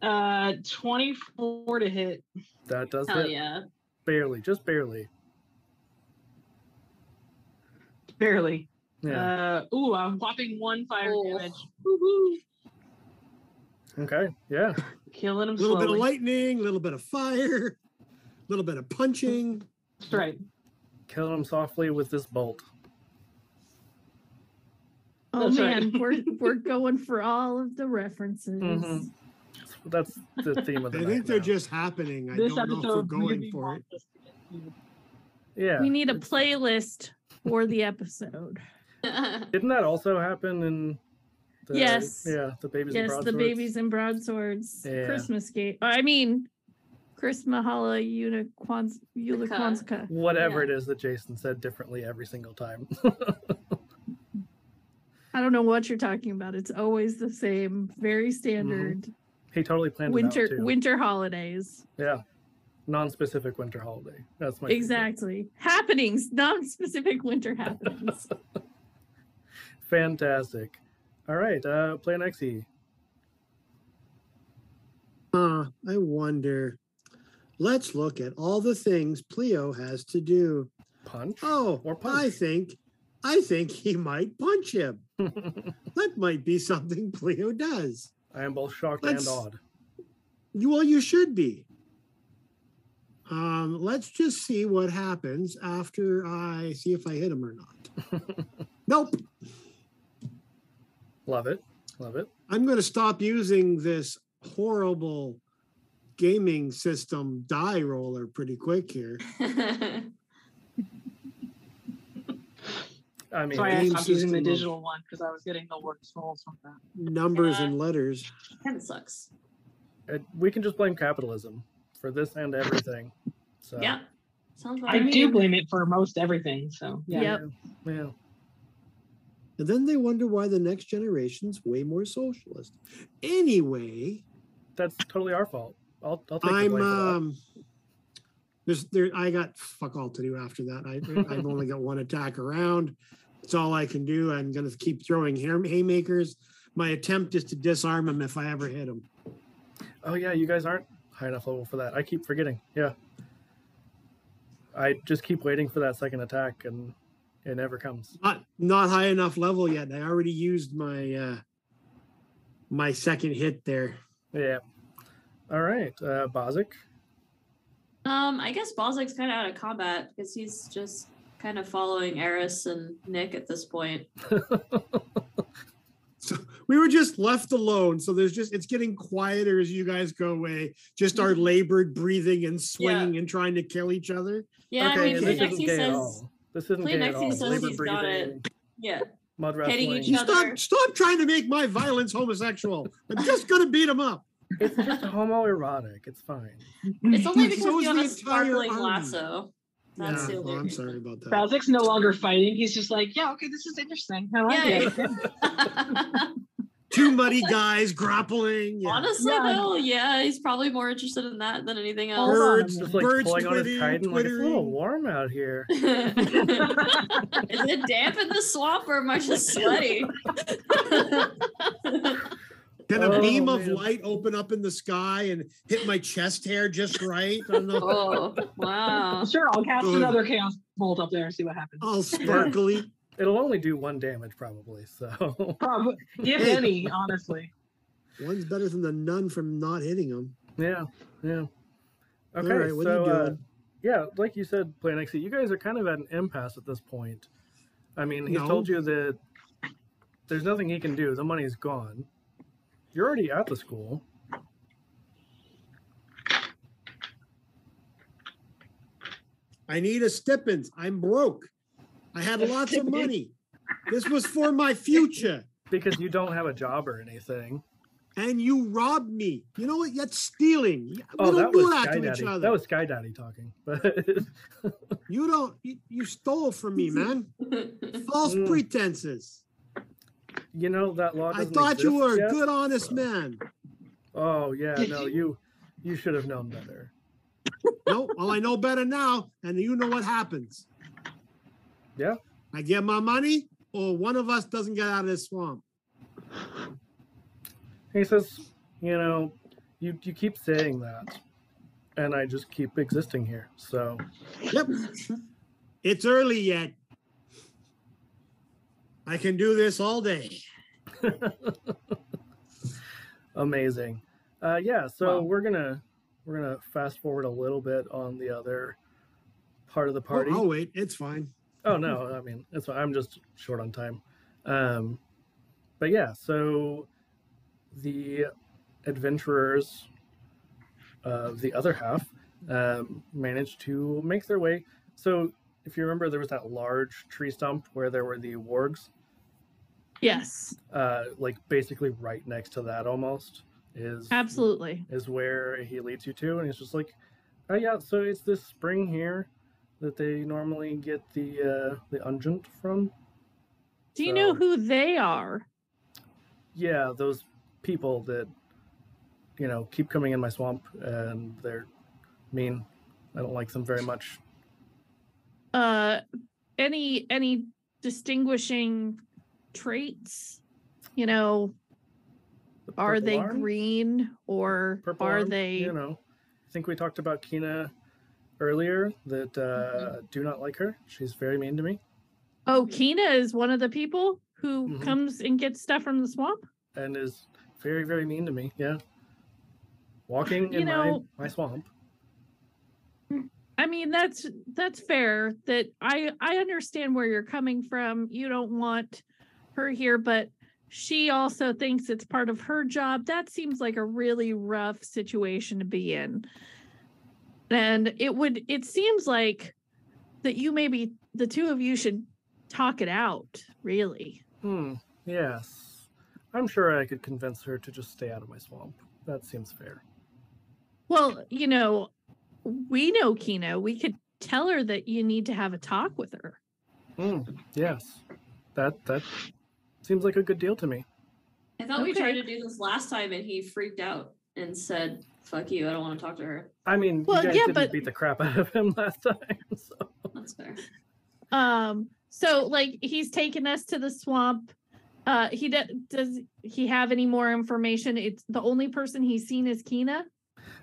S6: Uh, 24 to hit.
S4: That does
S5: Hell
S4: hit.
S5: yeah.
S4: Barely, just barely.
S6: Barely.
S4: Yeah.
S6: Uh, ooh, I'm whopping one fire
S5: Oh.
S6: damage. Woo-hoo.
S4: okay. Yeah.
S6: Killing him
S8: A little
S6: slowly.
S8: bit of lightning, a little bit of fire, a little bit of punching.
S6: That's right.
S4: Kill him softly with this bolt.
S7: Oh
S6: That's right.
S7: man, we're we're going for all of the references.
S4: Mhm. That's the theme of the
S8: I
S4: night.
S8: think they're
S4: now.
S8: just happening. I
S6: this
S8: don't know if we're
S6: episode
S8: going
S6: really
S8: for it.
S6: wants us to get through.
S4: Yeah.
S7: We need a playlist for the episode.
S4: Didn't that also happen in? The,
S7: Yes.
S4: Yeah, the babies. and
S7: yes, the
S4: broadswords?
S7: babies and broadswords
S4: Yeah.
S7: Christmas game. I mean, Chris Mahala Uniquans Uliquanska.
S4: Whatever
S5: Yeah.
S4: it is that Jason said differently every single time.
S7: I don't know what you're talking about. It's always the same, very standard
S4: he totally planned it out
S7: winter
S4: too.
S7: winter holidays.
S4: yeah. Non-specific winter holiday. That's my favorite.
S7: Exactly. Happenings, non-specific winter happenings.
S4: Fantastic. All right, uh, Plan Xe.
S8: Huh, I wonder. Let's look at all the things Pleo has to do.
S4: Punch.
S8: Oh,
S4: Or
S8: I
S4: punch.
S8: think, I think he might punch him. that might be something Pleo does.
S4: I am both shocked
S8: Let's-
S4: and awed.
S8: You, well, you should be. Um, let's just see what happens after I see if I hit him or not. nope.
S4: Love it. Love it.
S8: I'm going to stop using this horrible gaming system die roller pretty quick here.
S4: I mean,
S6: That's why I
S8: game
S6: stopped using the
S8: system of-
S6: digital one because I was getting the worst rolls from that.
S8: Numbers and letters.
S5: kind of sucks.
S4: it- we can just blame capitalism for this and everything. So
S5: Yeah. Sounds about
S6: I
S5: right.
S6: do blame it for most everything. So yeah.
S7: Yep.
S4: yeah.
S8: And then they wonder why the next generation's way more socialist. Anyway,
S4: That's totally our fault. I'll, I'll take the
S8: I'm
S4: blame for
S8: um there's there I got fuck all to do after that. I I've only got one attack around. It's all I can do. I'm gonna keep throwing hay- haymakers. My attempt is to disarm him if I ever hit him.
S4: that. Oh yeah, you guys aren't high enough level for that. I keep forgetting. Yeah. I just keep waiting for that second attack, and it never comes.
S8: Not not high enough level yet. and I already used my uh my second hit there.
S4: Yeah. All right, uh, Bozic.
S5: Um, I guess Balzac's kind of out of combat because he's just kind of following Eris and Nick at this point.
S8: We were just left alone, so there's just it's getting quieter as you guys go away. Just our labored breathing and swinging and trying to kill each other.
S5: Yeah,
S8: Okay,
S5: I mean,
S8: and
S4: this
S5: Play
S4: isn't
S5: Nexi
S4: gay at
S5: says,
S4: all. This isn't
S5: Play
S4: gay at
S5: Nexi
S4: all.
S5: says
S4: Labor
S5: he's got it.
S4: breathing,
S5: yeah,
S4: Mud
S5: hitting
S4: wrestling.
S5: each other.
S8: Stop, stop trying to make my violence homosexual. I'm just gonna beat him up.
S4: It's just homoerotic. It's fine.
S5: It's only
S8: So
S5: because
S8: is
S5: you have a
S8: the entire
S5: sparkling
S8: army.
S5: lasso. That's
S8: Yeah,
S5: the
S8: well,
S5: only
S8: I'm
S5: reason.
S8: sorry about that.
S6: Balzic's no longer fighting. He's just like, yeah, okay, this is interesting. I like
S5: Yay.
S6: it.
S8: Two muddy guys grappling. Yeah.
S5: Honestly,
S6: Yeah.
S5: though, yeah, he's probably more interested in that than anything else.
S8: birds,
S4: Just like
S8: birds
S4: pulling on his
S8: twitting,
S4: kite and like it's a little
S8: twittering.
S4: warm out here.
S5: Is it damp in the swamp or am I just sweaty?
S8: Can a
S4: Oh,
S8: beam of
S4: man.
S8: light open up in the sky and hit my chest hair just right? I don't know.
S5: oh, wow.
S6: Sure, I'll cast
S8: Good.
S6: another chaos bolt up there and see what happens.
S8: All sparkly.
S4: It'll only do one damage probably. So
S6: Probably, if
S8: Hey.
S6: any, honestly.
S8: One's better than the nun from not hitting him.
S4: yeah, yeah. Okay,
S8: All right, what
S4: so
S8: are you
S4: uh,
S8: doing?
S4: yeah, like you said, Plan X, you guys are kind of at an impasse at this point. I mean, he's
S8: No.
S4: told you that there's nothing he can do. The money's gone. You're already at the school.
S8: I need a stipend. I'm broke. I had lots of money. This was for my future.
S1: because you don't have a job or anything.
S8: And you robbed me. You know what? That's stealing. We
S1: Oh,
S8: don't
S1: that
S8: do
S1: was
S8: that
S1: Sky
S8: to each
S1: Daddy.
S8: other.
S1: That was Sky Daddy talking. But
S8: you don't. You, you stole from me, man. False
S1: Mm.
S8: pretenses.
S1: you know that law.
S8: I
S1: doesn't
S8: thought you
S1: exist
S8: were a
S1: yet.
S8: good, honest man.
S1: Oh yeah,
S6: Did
S1: no, you you should have known better.
S8: No, well, I know better now, and you know what happens.
S1: Yeah.
S8: I get my money, or one of us doesn't get out of this swamp.
S1: He says, you know, you you keep saying that, and I just keep existing here. So
S8: Yep. It's early yet. I can do this all day.
S1: amazing. Uh, yeah, so
S6: Wow.
S1: we're gonna we're gonna fast forward a little bit on the other part of the
S8: Oh,
S1: party.
S8: I'll wait. It's fine.
S1: Oh no, I mean it's I'm just short on time. Um, but yeah, so the adventurers of the other half um, managed to make their way. So if you remember, there was that large tree stump where there were the wargs,
S7: Yes,
S1: uh, like basically right next to that almost is
S7: absolutely.
S1: is where he leads you to, and he's just like, "Oh yeah, so it's this spring here that they normally get the uh, the unguent from."
S7: Do you know
S1: So-
S7: who they are?
S1: Yeah, those people that you know keep coming in my swamp, and they're mean. I don't like them very much.
S7: Uh, any any distinguishing traits? You know,
S1: The
S7: are
S1: purple
S7: they
S1: arm?
S7: green or
S1: Purple
S7: are
S1: arm,
S7: they?
S1: You know, I think we talked about Kina earlier. That uh,
S7: Mm-hmm.
S1: do not like her. She's very mean to me.
S7: Oh, Kina is one of the people who
S1: Mhm.
S7: comes and gets stuff from the swamp.
S1: and is very very mean to me yeah walking
S7: You
S1: in
S7: know-
S1: my, my swamp
S7: I mean, that's that's fair. That I I understand where you're coming from. You don't want her here, but she also thinks it's part of her job. That seems like a really rough situation to be in. And it would it seems like that you maybe the two of you should talk it out, really.
S1: hmm yes i'm sure i could convince her to just stay out of my swamp that seems fair
S7: Well, you know, we know Kino. We could tell her that you need to have a talk with her.
S1: Hmm, yes that that seems like a good deal to me
S5: I thought we tried
S7: Okay.
S5: to do this last time and he freaked out and said, fuck you, I don't want to talk to her.
S1: i mean
S7: Well,
S1: you guys
S7: yeah,
S1: didn't
S7: but-
S1: beat the crap out of him last time so
S5: That's fair.
S7: um so like he's taken us to the swamp uh he de- does he have any more information it's the only person he's seen is kina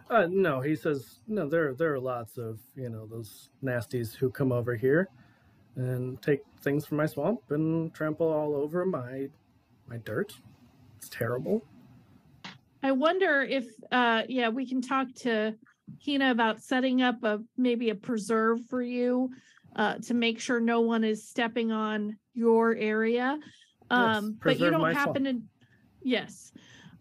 S1: Uh, no, he says no. There, there are lots of you know those nasties who come over here and take things from my swamp and trample all over my my dirt. It's terrible.
S7: i wonder if uh yeah we can talk to kina about setting up a maybe a preserve for you uh to make sure no one is stepping on your area um but you
S1: preserve
S7: don't
S1: my
S7: happen to yes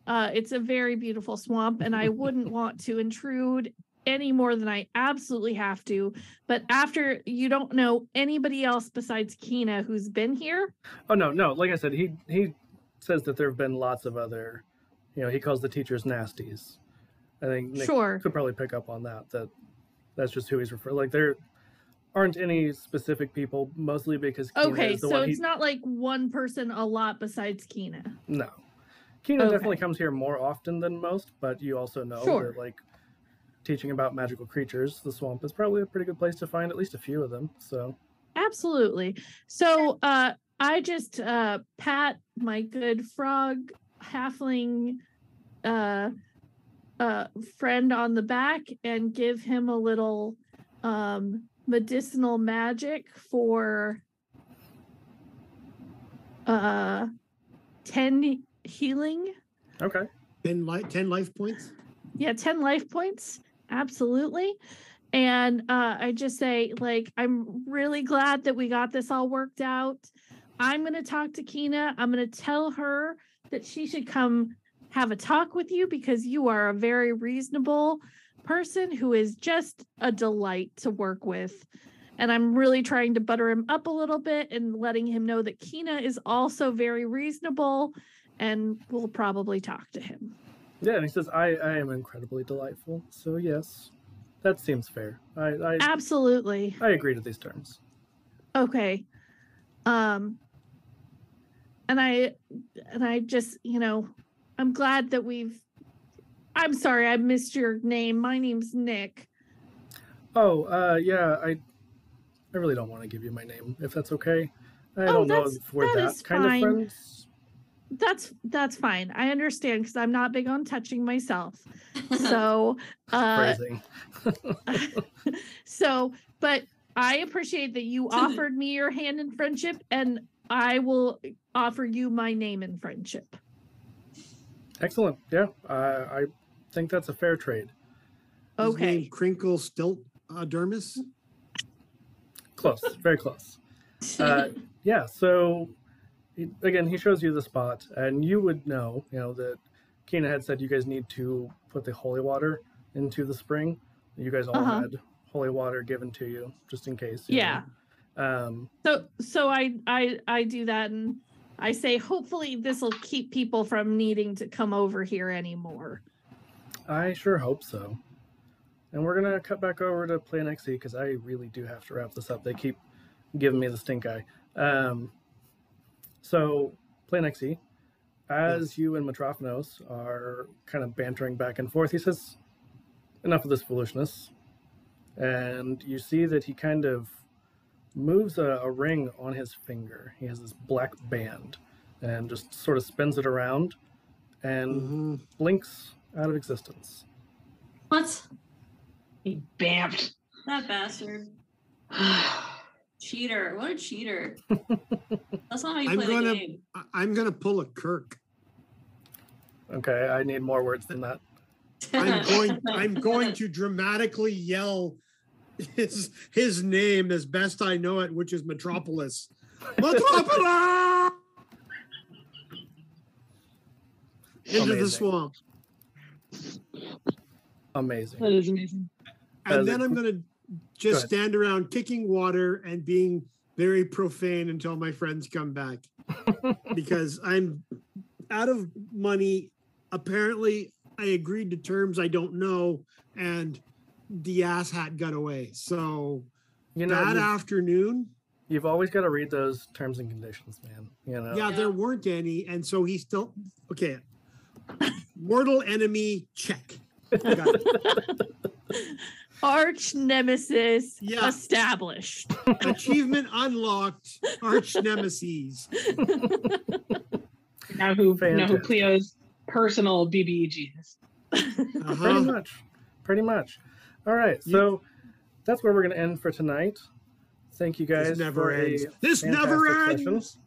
S7: uh it's a very beautiful swamp and i wouldn't want to intrude any more than i absolutely have to but after you don't know anybody else besides kina who's been here
S1: Oh no, no. Like I said, he he says that there have been lots of other, you know, he calls the teachers nasties. I think Nick
S7: sure
S1: could probably pick up on that. That that's just who he's referring. Like there aren't any specific people, mostly because Kina
S7: okay
S1: is the
S7: so
S1: one he
S7: it's not like one person a lot besides kina
S1: No. Kina
S7: Okay.
S1: definitely comes here more often than most, but you also know
S7: Sure.
S1: that, like, teaching about magical creatures, the swamp is probably a pretty good place to find at least a few of them. So,
S7: Absolutely. So uh I just uh pat my good frog halfling uh uh friend on the back and give him a little um medicinal magic for uh 10 healing.
S1: okay.
S8: 10 life, 10 life points.
S7: Yeah, 10 life points. Absolutely. And uh, I just say, like, I'm really glad that we got this all worked out. I'm going to talk to Kina. I'm going to tell her that she should come have a talk with you because you are a very reasonable person who is just a delight to work with. And I'm really trying to butter him up a little bit and letting him know that Kina is also very reasonable and will probably talk to him.
S1: Yeah, and he says, I, I am incredibly delightful. So, yes, that seems fair. I, I,
S7: Absolutely.
S1: I agree to these terms.
S7: okay um and i and i just you know i'm glad that we've i'm sorry i missed your name my name's nick
S1: Oh, uh, yeah, I I really don't want to give you my name, if that's okay. I
S7: Oh,
S1: don't know
S7: that's-
S1: if we're
S7: that
S1: that,
S7: is
S1: kind
S7: fine.
S1: of friends.
S7: that's that's fine i understand because i'm not big on touching myself so uh
S1: Phrasing.
S7: so but i appreciate that you offered me your hand in friendship and i will offer you my name in friendship
S1: Excellent. Yeah, I, I think that's a fair trade.
S8: His
S7: okay
S8: name Crinkle Stilt uh, Dermis.
S1: Close, very close. Uh, yeah so he, again he shows you the spot and you would know you know that kina had said you guys need to put the holy water into the spring you guys all
S7: Uh-huh.
S1: had holy water given to you just in case you
S7: yeah
S1: know. um
S7: So so I I I do that and I say hopefully this will keep people from needing to come over here anymore.
S1: i sure hope so and we're gonna cut back over to plan xe because i really do have to wrap this up they keep giving me the stink eye um so plan xe as you and Metrophnos are kind of bantering back and forth, he says, Enough of this foolishness. And you see that he kind of moves a, a ring on his finger. He has this black band and just sort of spins it around and
S8: Mhm.
S1: blinks out of existence.
S5: What?
S6: He bamped.
S5: That bastard. Cheater. What a cheater. That's not how you
S8: I'm
S5: play
S8: gonna-
S5: the game.
S8: I- I'm gonna pull a Kirk.
S1: Okay, I need more words than that.
S8: I'm going. I'm going to dramatically yell his his name as best I know it, which is Metropolis. Metropolis into the
S1: Amazing.
S8: swamp,
S1: Amazing.
S6: That is amazing.
S1: As
S8: and then
S1: a-
S8: I'm gonna
S1: Go
S8: just
S1: ahead.
S8: stand around kicking water and being very profane until my friends come back because I'm out of money. Apparently, I agreed to terms I don't know, and the ass hat got away. So
S1: You know,
S8: that uh,
S1: you've,
S8: afternoon,
S1: you've always got to read those terms and conditions, man. You know,
S8: yeah, there weren't any, and so he still okay. Mortal enemy check. Got it.
S7: Arch nemesis
S8: Yeah.
S7: established.
S8: Achievement unlocked. Arch nemesis.
S6: Now who now who
S1: Fantastic.
S6: Cleo's personal BBEG is.
S1: pretty
S8: Uh-huh.
S1: much pretty much all right
S8: You-
S1: so that's where we're going to end for tonight thank you guys
S8: This never
S1: for a
S8: ends. This
S1: fantastic
S8: never ends.
S1: session.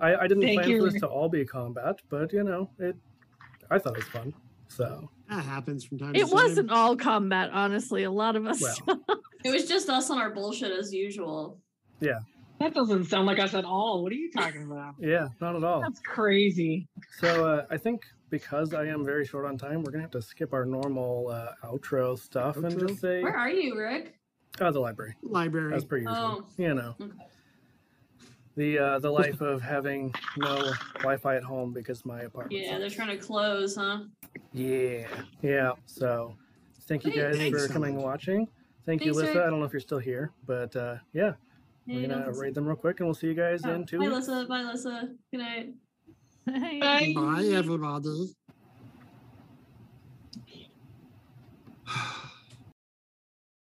S1: I, I didn't
S6: Thank
S1: plan
S6: you.
S1: for this to all be combat but you know it i thought it was fun so
S8: That happens from time to
S7: It
S8: time.
S7: wasn't all combat, honestly. A lot of us
S1: well
S5: It was just us on our bullshit as usual.
S6: That doesn't sound like us at all. What are you talking about?
S1: yeah not at all
S6: That's crazy.
S1: so uh, i think because i am very short on time we're going to have to skip our normal uh, outro stuff and
S8: Outro?
S1: just say
S5: Where are you, Rick?
S1: oh the library
S8: library.
S1: as per usual
S5: Oh.
S1: you know
S5: Okay.
S1: the uh, the life of having no wi-fi at home because my apartment
S5: Yeah, they're trying to close, huh?
S1: Yeah. Yeah. So thank you
S5: Hey,
S1: guys
S8: thanks
S1: for
S8: so
S1: coming and
S8: much.
S1: watching. Thank you,
S5: Thanks,
S1: Lissa.
S5: Rick.
S1: I don't know if you're still here, but uh, yeah,
S5: Yeah,
S1: we're going to
S5: that's-
S1: raid them real quick and we'll see
S8: Oh,
S1: you guys
S5: Yeah.
S1: in two
S5: Bye,
S1: weeks.
S5: Lissa. Bye, Lissa. Good night.
S7: Hey.
S6: Bye.
S8: Bye, everybody.